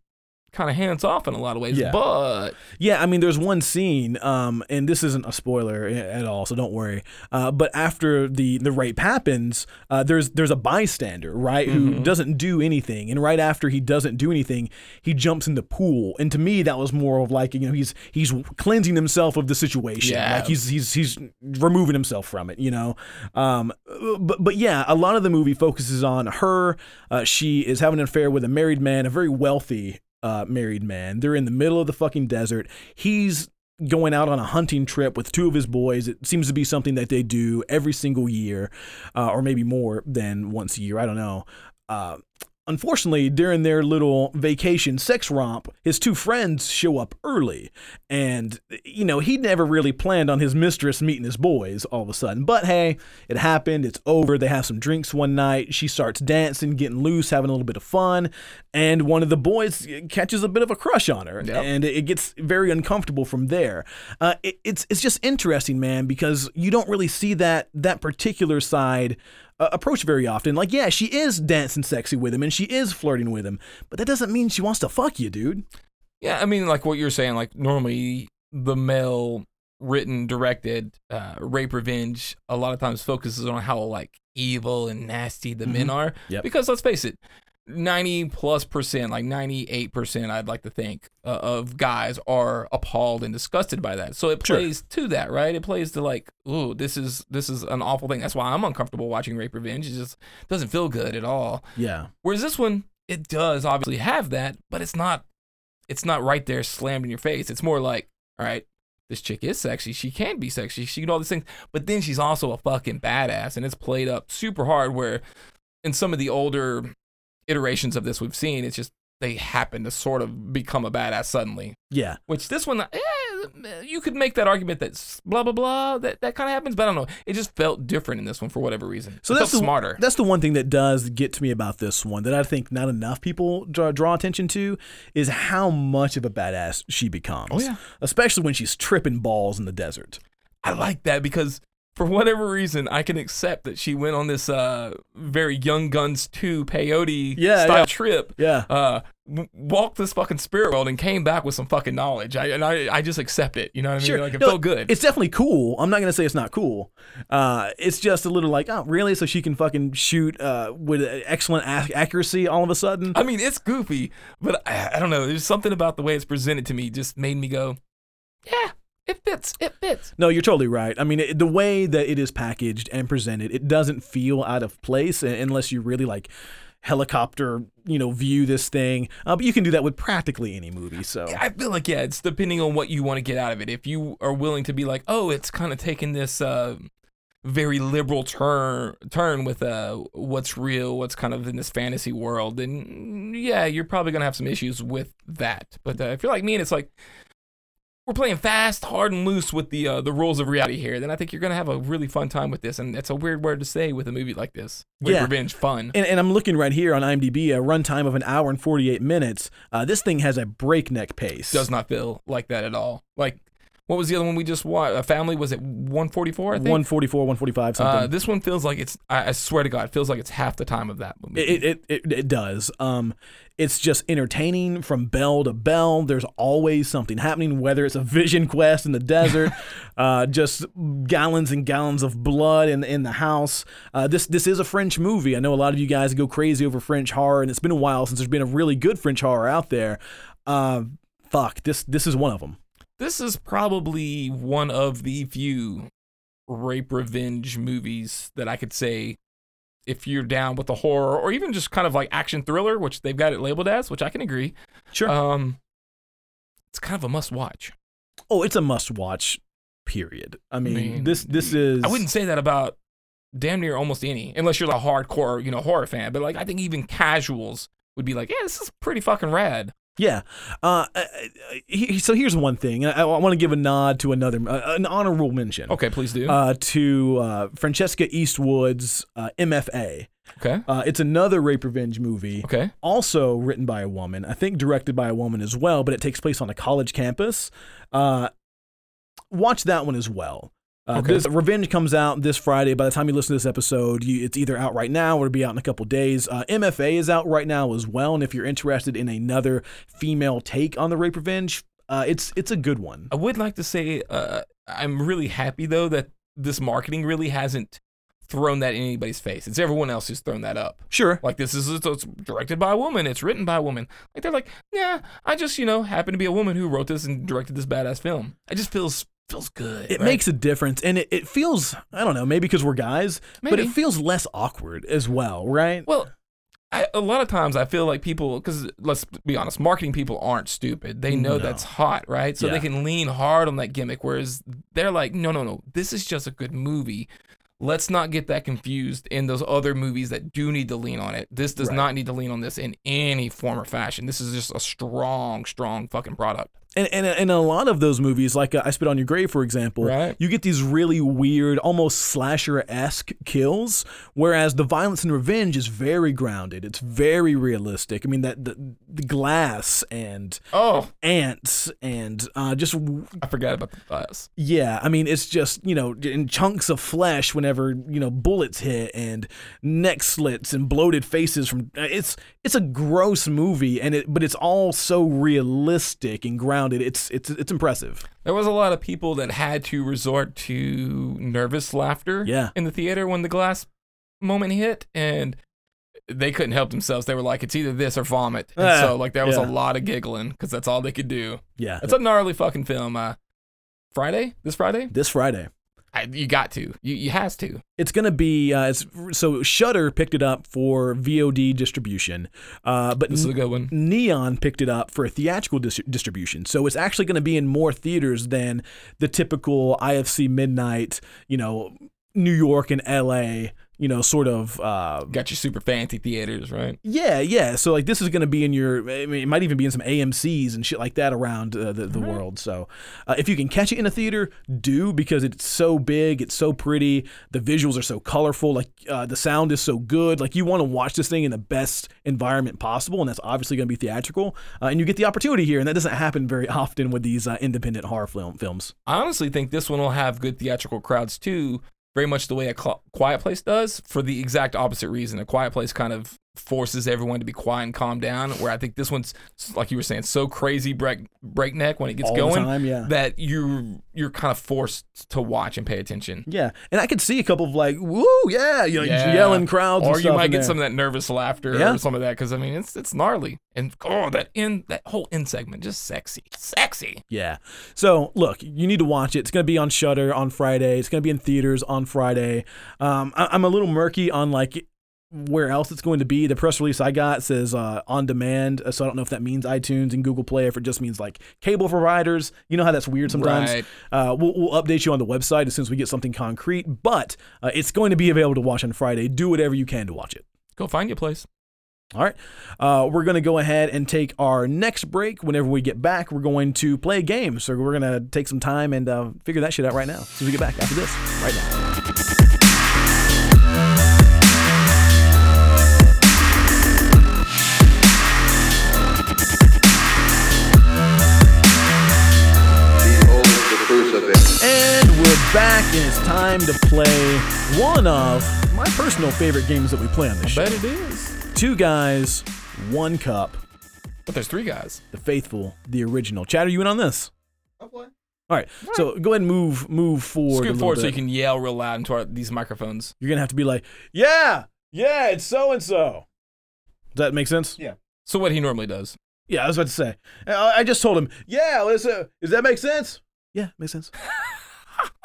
kind of hands off in a lot of ways, Yeah. but Yeah, I mean, there's one scene, um, and this isn't a spoiler a- at all, so don't worry. Uh, but after the the rape happens, uh, there's there's a bystander, right, who doesn't do anything, and right after he doesn't do anything, he jumps in the pool, and to me, that was more of like you know he's he's cleansing himself of the situation, Yeah. like he's he's he's removing himself from it, you know. Um, but but yeah, a lot of the movie focuses on her. Uh, she is having an affair with a married man, a very wealthy uh, married man. They're in the middle of the fucking desert. He's going out on a hunting trip with two of his boys. It seems to be something that they do every single year, uh, or maybe more than once a year. I don't know. Uh, unfortunately, during their little vacation sex romp, his two friends show up early. And, you know, he never really planned on his mistress meeting his boys all of a sudden. But hey, it happened. It's over. They have some drinks one night. She starts dancing, getting loose, having a little bit of fun. And one of the boys catches a bit of a crush on her. Yep. And it gets very uncomfortable from there. Uh, it, it's, it's just interesting, man, because you don't really see that, that particular side uh, approach very often. Like, yeah, she is dancing sexy with him and she is flirting with him, but that doesn't mean she wants to fuck you, dude. Yeah, I mean, like what you're saying, like normally the male written, directed uh, rape revenge a lot of times focuses on how like evil and nasty the men are. Mm-hmm. Yep. Because let's face it, 90 plus percent, like 98 percent, I'd like to think, uh, of guys are appalled and disgusted by that. So it Sure. plays to that, right? It plays to like, ooh, this is this is an awful thing. That's why I'm uncomfortable watching rape revenge. It just doesn't feel good at all. Yeah. Whereas this one, it does obviously have that, but it's not it's not right there slammed in your face. It's more like, all right, this chick is sexy. She can be sexy. She can do all these things. But then she's also a fucking badass and it's played up super hard where in some of the older iterations of this we've seen. It's just they happen to sort of become a badass suddenly. Yeah. Which this one, eh, you could make that argument that s- blah blah blah that that kind of happens, but I don't know. It just felt different in this one for whatever reason. So It that's felt the, smarter. That's the one thing that does get to me about this one that I think not enough people draw, draw attention to is how much of a badass she becomes. Oh, yeah. Especially when she's tripping balls in the desert. I like that because for whatever reason, I can accept that she went on this uh, very Young Guns 2 peyote Yeah, style yeah. trip. Yeah. Uh, w- walked this fucking spirit world and came back with some fucking knowledge. I and I, I just accept it. You know what I mean? Like it No, felt good. It's definitely cool. I'm not gonna say it's not cool. Uh, it's just a little like, oh, really? So she can fucking shoot uh, with excellent ac- accuracy all of a sudden. I mean, it's goofy, but I, I don't know. There's something about the way it's presented to me just made me go, yeah, it fits. It fits. No, you're totally right. I mean, it, the way that it is packaged and presented, it doesn't feel out of place un- unless you really like helicopter, you know, view this thing. Uh, but you can do that with practically any movie. So I feel like yeah, it's depending on what you want to get out of it. If you are willing to be like, oh, it's kind of taking this uh, very liberal turn turn with uh, what's real, what's kind of in this fantasy world, then yeah, you're probably gonna have some issues with that. But uh, if you're like me, and it's like we're playing fast, hard, and loose with the uh, the rules of reality here, then I think you're gonna have a really fun time with this. And that's a weird word to say with a movie like this. Weird Yeah. revenge fun. and, and I'm looking right here on IMDb, a runtime of an hour and 48 minutes. Uh, this thing has a breakneck pace. does not feel like that at all. Like, what was the other one we just watched? A family was it 144? I think. 144, 145, something. Uh, this one feels like it's. I, I swear to God, it feels like it's half the time of that movie. It, it, it, it does. Um, it's just entertaining from bell to bell. There's always something happening, whether it's a vision quest in the desert, uh, just gallons and gallons of blood in, in the house. Uh, this this is a French movie. I know a lot of you guys go crazy over French horror, and it's been a while since there's been a really good French horror out there. Uh, fuck, this this is one of them. this is probably one of the few rape revenge movies that I could say. If you're down with the horror or even just kind of like action thriller, which they've got it labeled as, which I can agree, Sure. um, it's kind of a must watch. oh, it's a must watch. Period. I mean, mean, this this is. I wouldn't say that about damn near almost any, unless you're a hardcore, you know, horror fan. But like, I think even casuals would be like, yeah, this is pretty fucking rad. Yeah. Uh, uh, uh, he- so here's one thing. I, I want to give a nod to another, uh, an honorable mention Okay, please do. uh, to uh, Francesca Eastwood's uh, MFA. okay, Uh, it's another rape revenge movie, okay. also written by a woman. I think directed by a woman as well, but it takes place on a college campus. Uh, watch that one as well. Uh, Okay. This Revenge comes out this Friday. By the time you listen to this episode, you, it's either out right now or it'll be out in a couple days. Uh, MFA is out right now as well, and if you're interested in another female take on the rape revenge, uh, it's it's a good one. I would like to say uh, I'm really happy though that this marketing really hasn't thrown that in anybody's face. It's everyone else who's thrown that up. Sure. Like this is it's, it's directed by a woman. It's written by a woman. Like they're like, yeah, I just you know happen to be a woman who wrote this and directed this badass film. It just feels feels good. It right? makes a difference, and it, it feels I don't know maybe because we're guys, but Maybe. it feels less awkward as well, right? Well, I, a lot of times I feel like people, because let's be honest, marketing people aren't stupid. They know No. that's hot, right? So Yeah. they can lean hard on that gimmick. Whereas they're like, no, no, no, this is just a good movie. Let's not get that confused in those other movies that do need to lean on it. This does Right. not need to lean on this in any form or fashion. This is just a strong, strong fucking product. and and and a lot of those movies, like uh, I Spit on Your Grave, for example, Right. you get these really weird, almost slasher esque kills. Whereas the violence and revenge is very grounded. It's very realistic. I mean that the, the glass and Oh, ants and uh, just w- I forgot about the glass. yeah. I mean it's just you know in chunks of flesh whenever you know bullets hit and neck slits and bloated faces from. uh, It's it's a gross movie and it but it's all so realistic and grounded. It's it's it's impressive. There was a lot of people that had to resort to nervous laughter Yeah. in the theater when the glass moment hit and they couldn't help themselves. They were like, it's either this or vomit. And Ah, so like there was yeah. a lot of giggling because that's all they could do. Yeah. It's a gnarly fucking film. Uh, Friday? This Friday? this Friday. I, you got to. You, you has to. It's gonna be uh, it's so Shutter picked it up for VOD distribution, uh, but This is a N- good one. Neon picked it up for theatrical dis- distribution. So it's actually gonna be in more theaters than the typical IFC Midnight, you know, New York and LA, you know, sort of uh, Got your super fancy theaters, right? yeah, yeah. So like this is going to be in your, I mean, it might even be in some AMC's and shit like that around uh, the, Mm-hmm. the world. So uh, if you can catch it in a theater, do because it's so big, it's so pretty, the visuals are so colorful, like uh, the sound is so good. Like you want to watch this thing in the best environment possible, and that's obviously going to be theatrical. Uh, and you get the opportunity here, and that doesn't happen very often with these uh, independent horror film films. I honestly think this one will have good theatrical crowds too, very much the way a cl- Quiet Place does, for the exact opposite reason. A Quiet Place kind of forces everyone to be quiet and calm down, where I think this one's like you were saying, so crazy break, breakneck when it gets All the going time, yeah. that you you're kind of forced to watch and pay attention. Yeah, and I could see a couple of like, woo, yeah, you know, yelling crowds, and or you stuff might in get there. some of that nervous laughter Yeah. or some of that because I mean it's it's gnarly and oh that in that whole end segment just sexy, sexy. Yeah. So look, you need to watch it. It's going to be on Shutter on Friday. It's going to be in theaters on Friday. Um, I- I'm a little murky on like where else it's going to be. The press release I got says uh, on demand, so I don't know if that means iTunes and Google Play, if it just means like cable providers. You know how that's weird sometimes. Right. Uh, we'll, we'll update you on the website as soon as we get something concrete. But uh, it's going to be available to watch on Friday. Do whatever you can to watch it. Go find your place. All right. Uh, we're going to go ahead and take our next break. Whenever we get back, we're going to play a game. So we're going to take some time and uh, figure that shit out right now. As soon as we get back after this, right now. Behold the crucifix. And we're back, and it's time to play one of my personal favorite games that we play on this show. Bet it is. Two guys, one cup, But there's three guys. the faithful, the original. Chatter, you in on this? Okay. All right. So go ahead and move move forward. a Scoot little forward bit. so you can yell real loud into our, these microphones. You're going to have to be like, yeah, yeah, it's so and so. Does that make sense? So what he normally does. Yeah, I was about to say. Uh, I, I just told him, yeah, listen, does that make sense? Yeah, makes sense.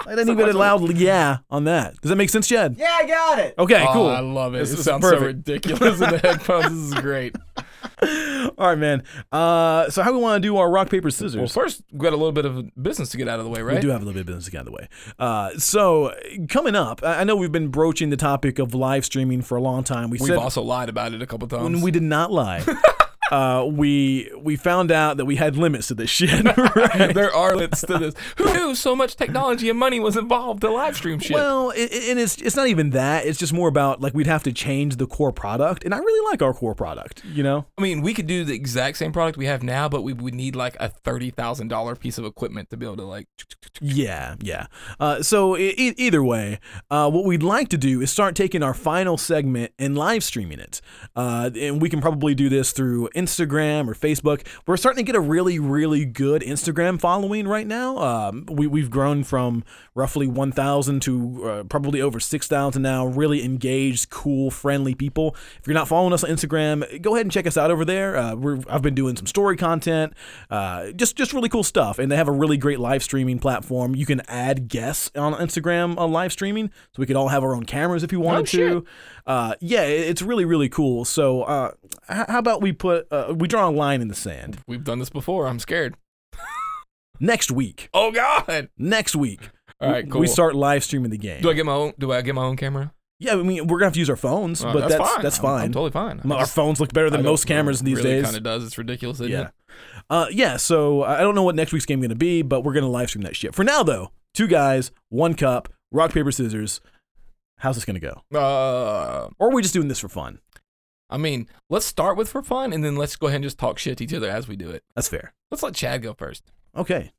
I didn't even get a loud yeah on that. Does that make sense, Jed? Yeah, I got it. Okay, Oh, cool. I love it. This it is sounds so perfect. ridiculous in the headphones. This is great. All right, man. Uh, so how we want to do our rock paper scissors? Well, first, we got a little bit of business to get out of the way, right? We do have a little bit of business to get out of the way. Uh, so coming up, I I know we've been broaching the topic of live streaming for a long time. We We've said also lied about it a couple times. when we did not lie. Uh, we we found out that we had limits to this shit. right? there are limits to this. Who knew so much technology and money was involved to live stream shit? Well, it, it- and it's it's not even that. It's just more about like we'd have to change the core product, and I really like our core product. You know, I mean, we could do the exact same product we have now, but we would need like a thirty thousand dollar piece of equipment to be able to like. yeah, yeah. Uh, so e- e- either way, uh, what we'd like to do is start taking our final segment and live streaming it, uh, and we can probably do this through Instagram or Facebook. We're starting to get a really really good Instagram following right now. Um, we we've grown from roughly one thousand to uh, probably over six thousand now. Really engaged, cool, friendly people. If you're not following us on Instagram, go ahead and check us out over there. Uh, we're, I've been doing some story content, uh, just just really cool stuff. And they have a really great live streaming platform. You can add guests on Instagram uh, live streaming, so we could all have our own cameras if you wanted Oh, shit. to. Uh, yeah, it- it's really really cool. So uh, h- how about we put uh, we draw a line in the sand We've done this before. I'm scared. next week? Oh God! Next week. All right, we- cool. We start live streaming the game. Do I get my own? Do I get my own camera? Yeah, I mean, we're gonna have to use our phones, Uh, but that's that's fine. I'm- I'm, totally fine. I our just- phones look better I than don't- most cameras these really days. Kind of does. It's ridiculous. Isn't yeah, It? uh, yeah. So I I don't know what next week's game gonna be, but we're gonna live stream that shit. For now, though, two guys, one cup, rock paper scissors. How's this gonna go? Uh, Or are we just doing this for fun? I mean, let's start with for fun, and then let's go ahead and just talk shit to each other as we do it. That's fair. Let's let Chad go first. Okay.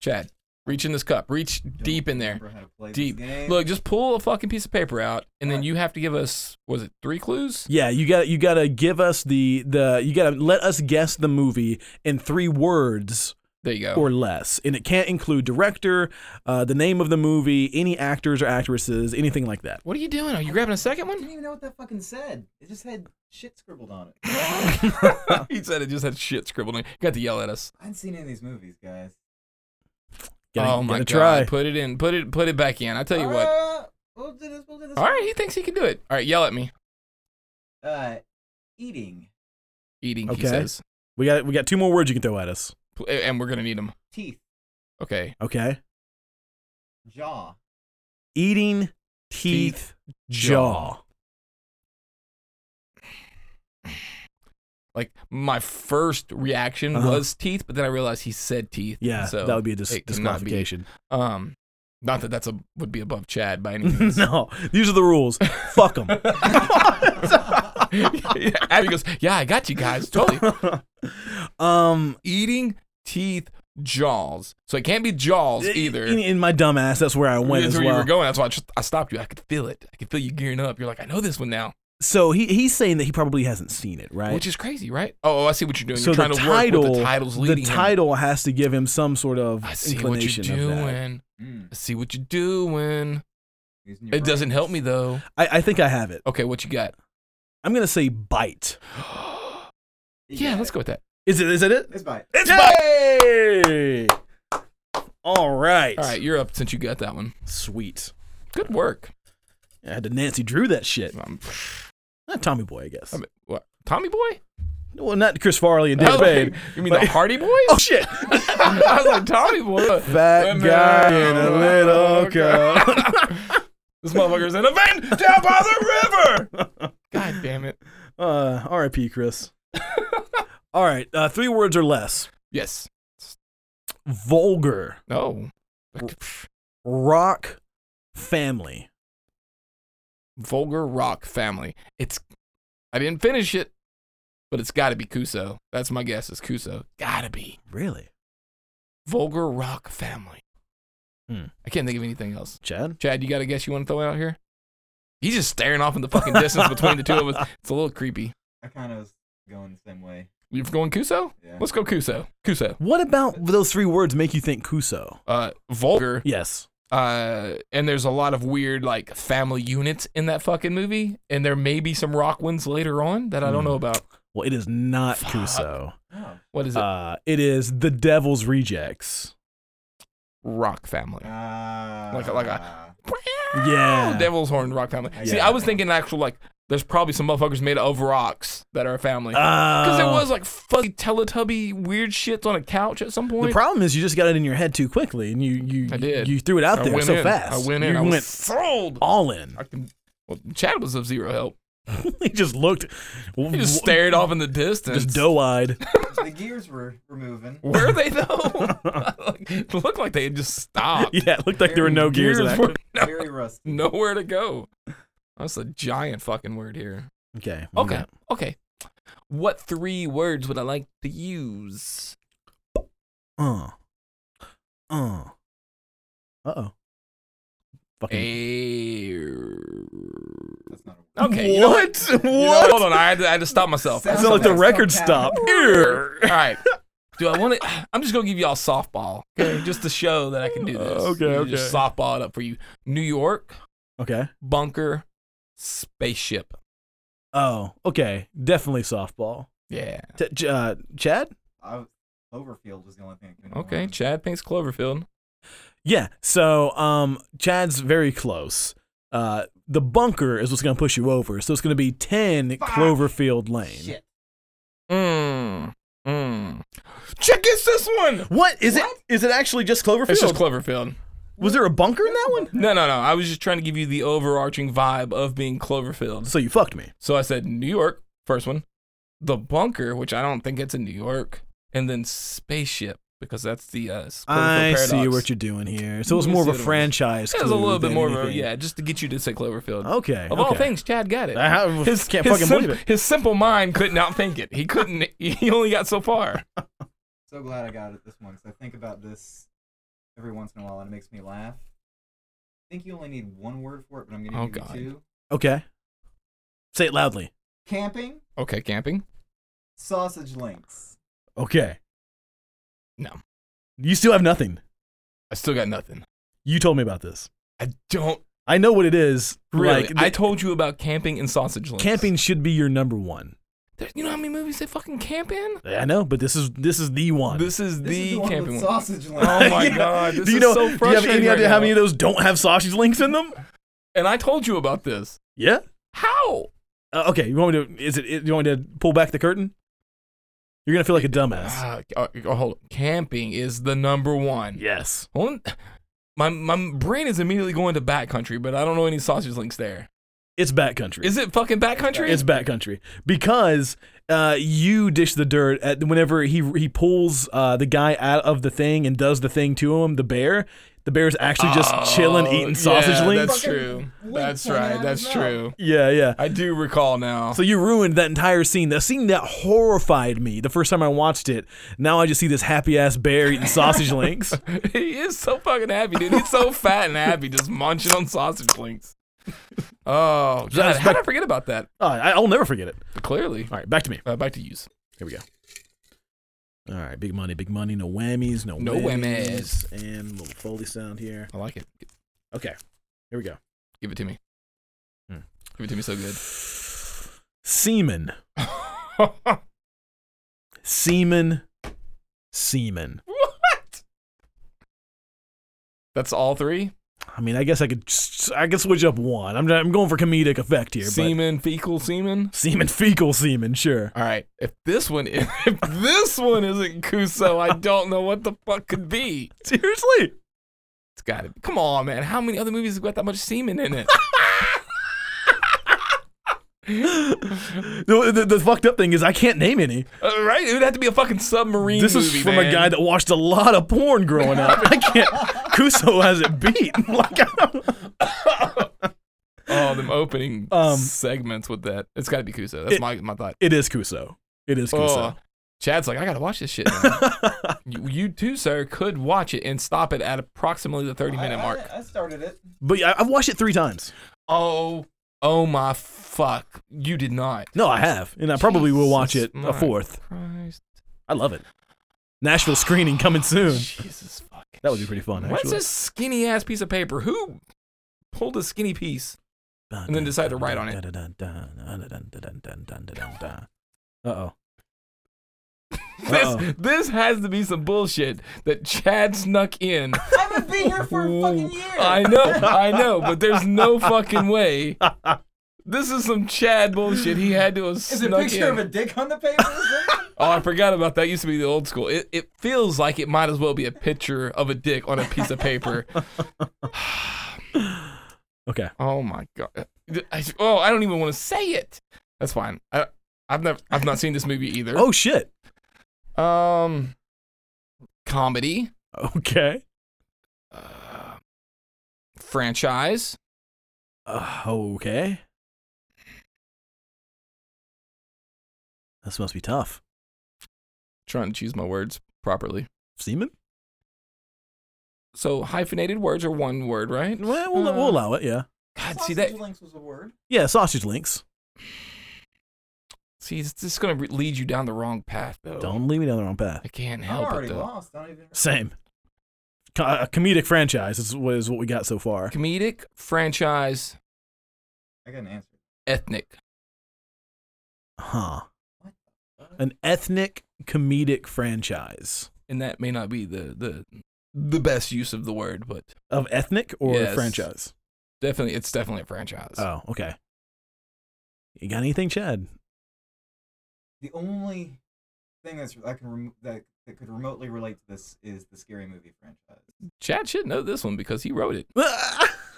Chad, reach in this cup. Reach deep in there. Remember how to play this Deep. game? Look, just pull a fucking piece of paper out, and then you have to give us was it three clues? Yeah, you got to you gotta give us the the you gotta let us guess the movie in three words There you go. or less, and it can't include director, uh, the name of the movie, any actors or actresses, anything like that. what are you doing? Are you grabbing a second I one? didn't even know what that fucking said. It just had shit scribbled on it. he said it just had shit scribbled in. it. You got to yell at us. I hadn't seen any of these movies, guys. Gotta- oh my gotta god! try. Put it in. Put it. Put it back in. I tell you what. Uh, we'll do this. We'll do this. All right, he thinks he can do it. All right, yell at me. Uh, eating Eating. He Okay. says, We got we got two more words you can throw at us. P- and we're gonna need him. teeth, Okay. Okay. jaw, Eating teeth, jaw. jaw. Like my first reaction Uh-huh. was teeth, but then I realized he said teeth. Yeah, so that would be a dis- it cannot be- disqualification. um, not that that's a would be above Chad by any means. no, these are the rules. Fuck them. yeah, Abby goes, yeah, I got you guys totally. um, Eating teeth, jaws. So it can't be jaws either. In, in my dumb ass, that's where I went That's as where you well. were going. That's why I, just, I stopped you. I could feel it. I could feel you gearing up. You're like, I know this one now, So he he's saying that he probably hasn't seen it, right? which is crazy, right? Oh, I see what you're doing. so you're the trying to title, work with the titles leading. the him. title has to give him some sort of I see what inclination you're doing. of that. Mm, I see what you're doing. using your It doesn't brains. help me though. I, I think I have it. Okay, what you got? I'm gonna say bite. You yeah, got let's it. go with that. Is it? Is it it? It's bite. It's bite. All right. All right, you're up since you got that one. Sweet. Good work. I had to Nancy Drew that shit. Um, Not Tommy Boy, I guess. I mean, what? Tommy Boy? well, not Chris Farley and Dick Oh, Babe. You mean the Like- Hardy Boys? Oh shit. I was like, Tommy Boy. Fat guy in a Oh, little coat. this motherfucker's in a van down by the river. God damn it. Uh, R.I.P. Chris. All right, uh, three words or less: Yes. vulgar, No. rock, family. Vulgar Rock Family. It's. I didn't finish it, but it's got to be Kuso. That's my guess. Is Kuso. Gotta be Really, Vulgar Rock Family. Hmm. I can't think of anything else. Chad? Chad, you got a guess you want to throw out here? He's just staring off in the fucking distance between the two of us. It's a little creepy. I kind of was going the same way. You're going Kuso? Yeah. Let's go Kuso. Kuso. What about those three words make you think Kuso? Uh, vulgar. Yes. Uh, and there's a lot of weird like family units in that fucking movie, and there may be some rock ones later on that I don't Hmm. know about. Well, it is not Fuck. Kuso. Oh. What is it? Uh, it is the Devil's Rejects. rock family. Like like a- Yeah. Devil's Horn Rock Family. I See, got I it. was thinking actual like there's probably some motherfuckers made of rocks that are a family. Because Because there was like fuzzy Teletubby weird shits on a couch at some The point. problem is you just got it in your head too quickly, and you you I did. you threw it out I there went so in. fast. I went in. You I was went sold. all in. I can, well, Chad was of zero help. he just looked. He just stared off in the distance. Just doe-eyed. the gears were, were moving. Were they though? Like, it looked like they had just stopped. yeah, it looked like there were no gears. in that. were no- Very rusty. nowhere to go. That's a giant fucking word here. Okay. we Okay. got Okay. What three words would I like to use? Uh. Uh. Uh oh. Fucking. A- That's not a Okay. you know what? What? You know, hold on, I had, to, I had to stop myself. It Sounds sounded like the That's record so stopped. All right. Do I want to? I'm just gonna give y'all softball, okay? Just to show that I can do this. Okay, Let me Just softball it up for you. New York Okay. bunker spaceship. Oh, okay. Definitely softball. Yeah. T- Ch- uh, Chad? I, Cloverfield was the only thing I couldn't Okay. Mm. remember. Chad thinks Cloverfield. Yeah. So, um, Chad's very close. Uh, the bunker is what's going to push you over. So it's going to be 10 Fuck. Cloverfield Lane. Shit. Mmm. Mmm. Check it's this one. What? Is What? it? Is it actually just Cloverfield? It's just Cloverfield. was there a bunker in that one? No, no, no. I was just trying to give you the overarching vibe of being Cloverfield. So you fucked me. So I said New York, first one. The bunker, which I don't think it's in New York, and then spaceship because that's the uh, Cloverfield I paradox. see what you're doing here. So it was You more of see a what it was. franchise. It was a clue little bit than more of a, anything. yeah, just to get you to say Cloverfield. Okay. Of all okay. things, Chad got it. I have- can't fucking sim- believe it. His simple mind couldn't outthink it. He couldn't. He only got so far. So glad I got it this one 'cause I think about this every once in a while and it makes me laugh. I think you only need one word for it, but I'm going to Oh, give God. you two. Okay. Say it loudly. Camping, Okay, camping. sausage links. Okay. No. You still have nothing. I still got nothing. You told me about this. I don't I know what it is. really. Like I the- told you about camping and sausage links. camping should be your number one. There- you know how many movies they fucking camp in? I know, but this is this is the one. This is This the, is the one camping with one. sausage links. Oh my Yeah. god! This do you is know? so do you have frustrating any idea right how now. many of those don't have sausage links in them? And I told you about this. Yeah. How? Uh, okay. You want me to? Is it? You want me to pull back the curtain? You're gonna feel uh, like a dumbass. Ah, oh, oh, hold on. Camping is the number one. Yes. Well, my my brain is immediately going to backcountry, but I don't know any sausage links there. It's backcountry. Is it fucking backcountry? It's backcountry because uh, you dish the dirt at whenever he he pulls uh, the guy out of the thing and does the thing to him. The bear, the bear's actually just Oh, chilling, eating sausage yeah, links. That's Uh, Fucking true. link That's coming out right. of That's his true. Yeah, yeah. I do recall now. So you ruined that entire scene. The scene that horrified me the first time I watched it. Now I just see this happy ass bear eating sausage links. he is so fucking happy, dude. He's so fat and happy, just munching on sausage links. Oh, God, That's how did back- I forget about that? Oh, I, I'll never forget it. Clearly, All right, back to me. uh, back to use. Here we go. All right, big money, big money. No whammies, no, No whammies, and little foley sound here. I like it. G- Okay, here we go. Give it to me. Hmm. Give it to me so good. Semen, semen, semen. what? That's all three. I mean, I guess I could, s- I could switch up one. I'm, I'm going for comedic effect here. Semen, fecal semen. but semen, fecal semen, sure. All right. If this one, is, if this one isn't Kuso, I don't know what the fuck could be. Seriously, It's got to. Come on, man. How many other movies have got that much semen in it? the, the, the fucked up thing is I can't name any. Uh, right? It would have to be a fucking submarine This movie, is from man. a guy that watched a lot of porn growing up. I can't. Kuso has it beat. Like, I don't, Oh, them opening Um, segments with that. It's got to be Kuso. That's it- my, my thought. it is Kuso. It is Oh, Kuso. Chad's like, I got to watch this shit now. you, you too, sir, could watch it and stop it at approximately the 30 minute I, mark. I, I started it. But yeah, I- I've watched it three times. Oh, oh my fuck. You did not. No, I have, and I probably will watch Jesus it a fourth. Christ. I love it. Nashville screening coming soon. Jesus fucking. That would be pretty fun. Actually. What's this skinny ass piece of paper? Who pulled a skinny piece? and then decide to write on it. Uh oh. Uh-oh. Oh. This, this has to be some bullshit that Chad snuck in I haven't been here for a fucking year. I know, I know, but there's no fucking way. This is some Chad bullshit. He had to have Is it a snuck picture in. of a dick on the paper? or something? oh, I forgot about that. Used to be the old school. It, it feels like it might as well be a picture of a dick on a piece of paper. Okay. Oh my god. I, oh, I don't even want to say it. That's fine. I, I've never, I've not seen this movie either. Oh shit. Um, comedy, Okay. uh, franchise. Uh, okay. This must be tough. Trying to choose my words properly. Semen? So hyphenated words are one word, right? Well, we'll, Uh. we'll allow it. Yeah. God, see that Sausage links was a word. Yeah. Sausage links. See, it's just going to lead you down the wrong path, though. Don't leave me down the wrong path. Oh. I can't I'm help it, already though. lost. I don't even. Same. Co- a comedic franchise is what is what we got so far. Comedic, franchise, I got an answer. ethnic. Huh. What the fuck? An ethnic comedic franchise And that may not be the, the, the best use of the word, but of ethnic or Yes. franchise. definitely, it's definitely a franchise. Oh, okay. You got anything, Chad? The only thing that's I can rem- that that could remotely relate to this is the scary movie franchise. Chad should know this one because he wrote it.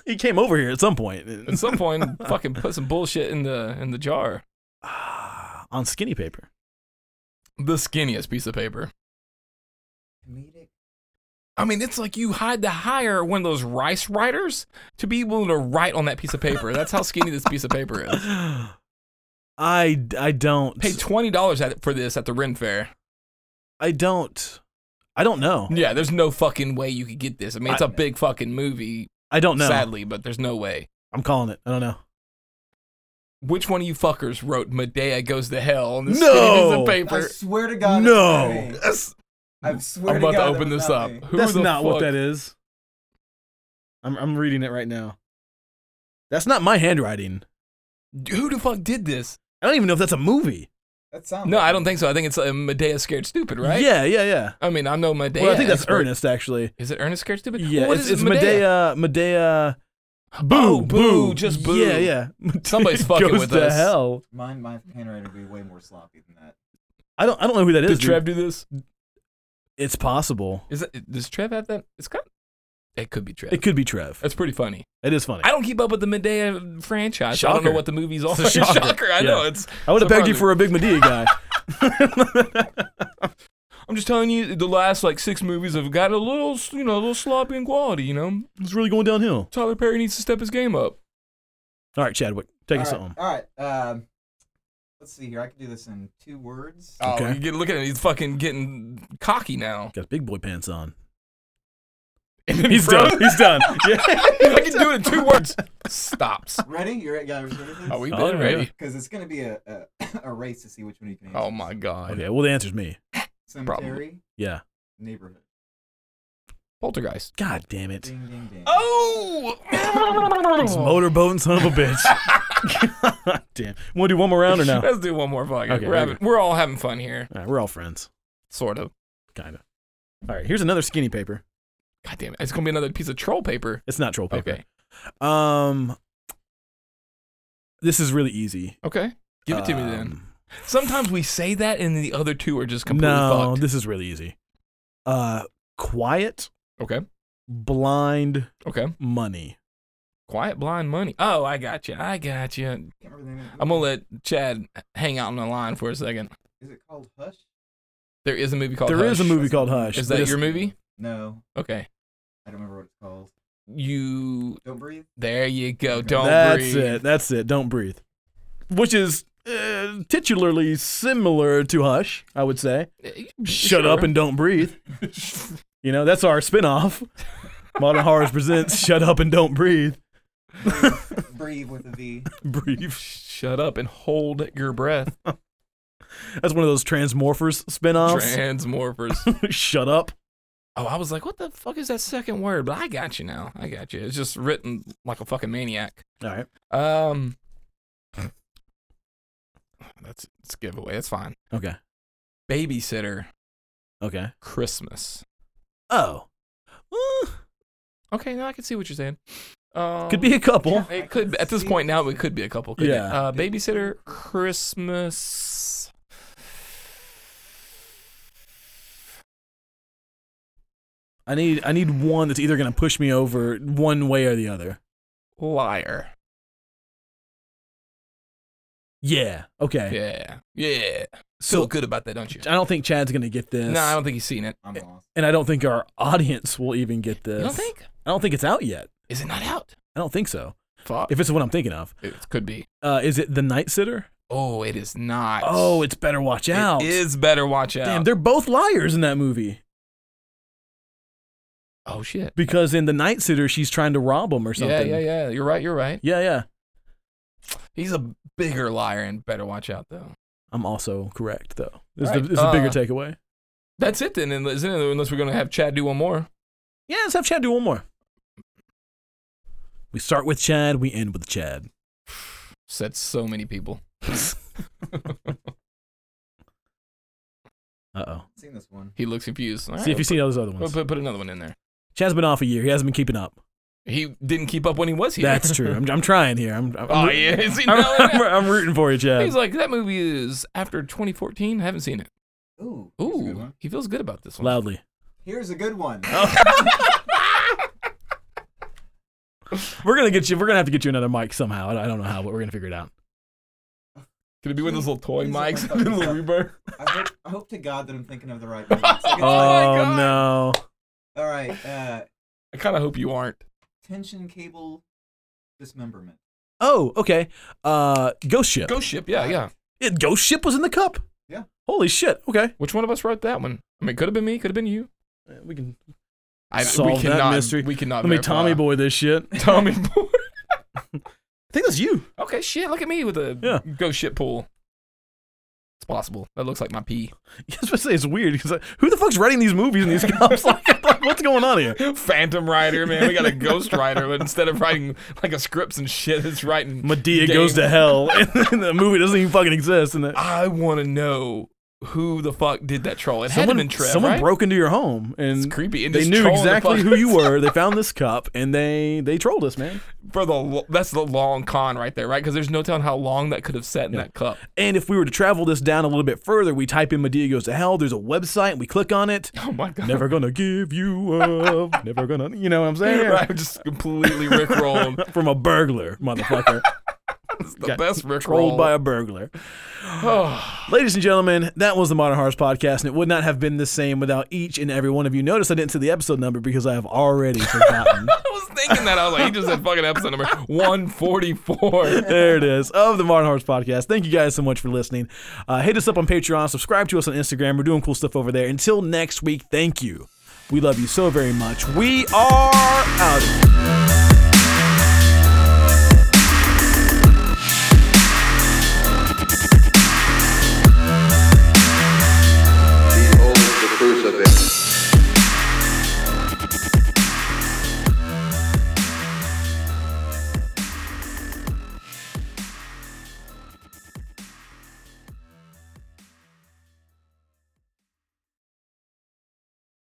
he came over here at some point. At some point, fucking put some bullshit in the in the jar. Ah, on skinny paper. The skinniest piece of paper. Comedic. I mean, it's like you had to hire one of those rice writers to be willing to write on that piece of paper. That's how skinny this piece of paper is. I I don't Pay twenty dollars for this at the Ren Fair. I don't I don't know. Yeah, there's no fucking way you could get this. I mean, it's a I- Oh, big fucking movie, I don't know. sadly, but there's no way. I'm calling it. I don't know. Which one of you fuckers wrote Medea Goes to Hell on this No! skinny piece I of paper? swear to God. No. It's not me. That's- I swear I'm to about to God, open that was this not up. me. Who That's the not fuck? what that is. I'm I'm reading it right now. That's not my handwriting. Who the fuck did this? I don't even know if that's a movie. That sounds. No, like I me. don't think so. I think it's uh, Medea Scared Stupid, right? Yeah, yeah, yeah. I mean, I know Medea. well, I think that's expert. Ernest actually. Is it Ernest Scared Stupid? Yeah, what it's, is it's Medea. Medea. Boo, Oh, boo, just boo. Yeah, yeah. Somebody's Medea fucking goes with to us. Hell. Mine, my handwriting would be way more sloppy than that. I don't. I don't know who that is. Does dude. Trev do this? It's possible. Is it, does Trev have that? It's kind. It could be Trev. It could be Trev. That's pretty funny. It is funny. I don't keep up with the midday uh, franchise. so I don't know Shocker. what the movies are. It's a shocker. I Yeah. know. It's. I would have pegged you surprising. for a big Medea guy. I'm just telling you, the last like six movies have got a little, you know, a little sloppy in quality. You know, it's really going downhill. Tyler Perry needs to step his game up. All right, Chadwick, take us All right, home. All right. Um, let's see here. I can do this in two words. Oh, Okay. you get look at him. He's fucking getting cocky now. Got big boy pants on. And then he He's froze. done. He's done. Yeah. I can do it in two words. Stops. Ready? You're right. guys ready for this? Are we Oh, been yeah. ready? Because it's going to be a, a, a race to see which one you can answer. Oh my god. Okay. Well, the answer's me. Cemetery, Yeah. neighborhood. Poltergeist. God damn it. Ding, ding, ding. Oh. This motorboating son of a bitch. God damn. Want to do one more round or no? All Let's do one more fucking. Okay, we're, okay. having, we're all having fun here, right, we're all friends, sort of. kind of. All right. Here's another skinny paper. God damn it! It's gonna be another piece of troll paper. It's not troll paper. Okay. Um. This is really easy. Okay. Give it to me then. Um, Sometimes we say that, and the other two are just completely no, fucked. this is really easy. Uh, quiet, Okay. blind Okay. money. Quiet blind money. Oh, I got you. I got you. I'm Can't remember the name of the gonna movie. let Chad hang out on the line for a second. Is it called Hush? There is a movie called. There is a Hush. movie called Hush. Is that This- your movie? No, Okay. I don't remember what it's called. You. Don't breathe. There you go. Don't That's breathe. it. That's it. Don't breathe. Which is uh, titularly similar to Hush, I would say. it. Shut up and don't breathe. You know, that's our spin-off. Modern Horrors presents Shut Up and Don't Breathe. Breathe, breathe with a V. breathe. Shut up and hold your breath. That's one of those Transmorphers spin-offs. Transmorphers. Shut up. Oh, I was like, what the fuck is that second word? But I got you now. I got you. It's just written like a fucking maniac. All right. Um, that's it's a giveaway. That's fine. Okay. Babysitter Okay. Christmas. Oh. Uh, Okay, now I can see what you're saying. Um, could be a couple. It could at this point now. It could be a couple. Couldn't Yeah. It? Uh, babysitter Christmas. I need I need one that's either gonna push me over one way or the other. Liar. Yeah. Okay. Yeah. Yeah. Feel So good about that, don't you? I don't think Chad's gonna get this. No, I don't think he's seen it. I'm lost. and I don't think our audience will even get this. You don't think? I don't think it's out yet. Is it not out? I don't think so. Fuck. If it's what I'm thinking of, It could be. uh, is it the Night Sitter? Oh, it is not. Oh, it's better watch out. It is better watch out. Damn, they're both liars in that movie oh shit. because in the Night Sitter she's trying to rob him or Yeah, something. yeah, yeah. You're right. You're right. yeah, yeah. He's a bigger liar and better watch out though. I'm also correct though. This Right. is the, this is the bigger Uh, takeaway. That's it then. Unless, unless we're gonna have Chad do one more. Yeah, let's have Chad do one more. We start with Chad, we end with Chad. Said so many people. Uh oh. I've seen this one. he looks confused. All right, See if you see all those other we'll ones. put, put another one in there. Chad's been off a year. He hasn't been keeping up. He didn't keep up when he was here. That's true. I'm, I'm trying here. I'm, I'm, oh yeah. See, I'm, now- I'm, I'm rooting for you, Chad. He's like that movie is after 2014. I haven't seen it. Ooh. Here's a good Ooh, one. he feels good about this one. Loudly. Here's a good one. We're gonna get you. We're gonna have to get you another mic somehow. I I don't know how, but we're gonna figure it out. Could it be with those little toy He's like, mics "Oh, and little fuck." reverb? I hope, I hope to God that I'm thinking of the right one. It's like it's Oh like- my God. no! all right. Uh, I kind of hope you aren't. tension cable dismemberment. Oh, okay. Uh, Ghost Ship. Ghost Ship. Yeah, yeah. It- Ghost Ship was in the cup. Yeah. Holy shit. Okay. Which one of us wrote that one? I mean, could have been me. Could have been you. Uh, We can I, solve we that cannot, mystery. We cannot. Let me verify. Tommy boy this shit. I Tommy boy. think that's you. okay, shit. Look at me with a Yeah. ghost shit pool. It's possible. That looks like my pee. I was about to say it's weird because who the fuck's writing these movies and these cops? like, like, what's going on here? Phantom Rider, man. We got a Ghost Rider, but instead of writing like a scripts and shit, it's writing. Medea Game. goes to hell, and the movie doesn't even fucking exist. And that, I want to know who the fuck did that troll. It had to someone been Trev, someone right? broke into your home and It's creepy. And they just knew trolling the exactly fuck- who you were. They found this cup and they they trolled us, man. for the lo- that's the long con right there, right? Because there's no telling how long that could have sat in that cup. And if we were to travel this down a little bit further, we type in Medea goes to hell. There's a website. We click on it. Oh my god! Never gonna give you up. Never gonna. You know what I'm saying? Right, just completely rickroll him. From a burglar, motherfucker. It's the Got best rickroll. Trolled by a burglar. Oh, Ladies and gentlemen, that was the Modern Horrors Podcast, and it would not have been the same without each and every one of you. Notice I didn't say the episode number because I have already forgotten. I was thinking that I was like, he just said fucking episode number 144. there it is of the Modern Horse Podcast. Thank you guys so much for listening. Uh, hit us up on Patreon, subscribe to us on Instagram. We're doing cool stuff over there. Until next week, thank you. We love you so very much. We are out.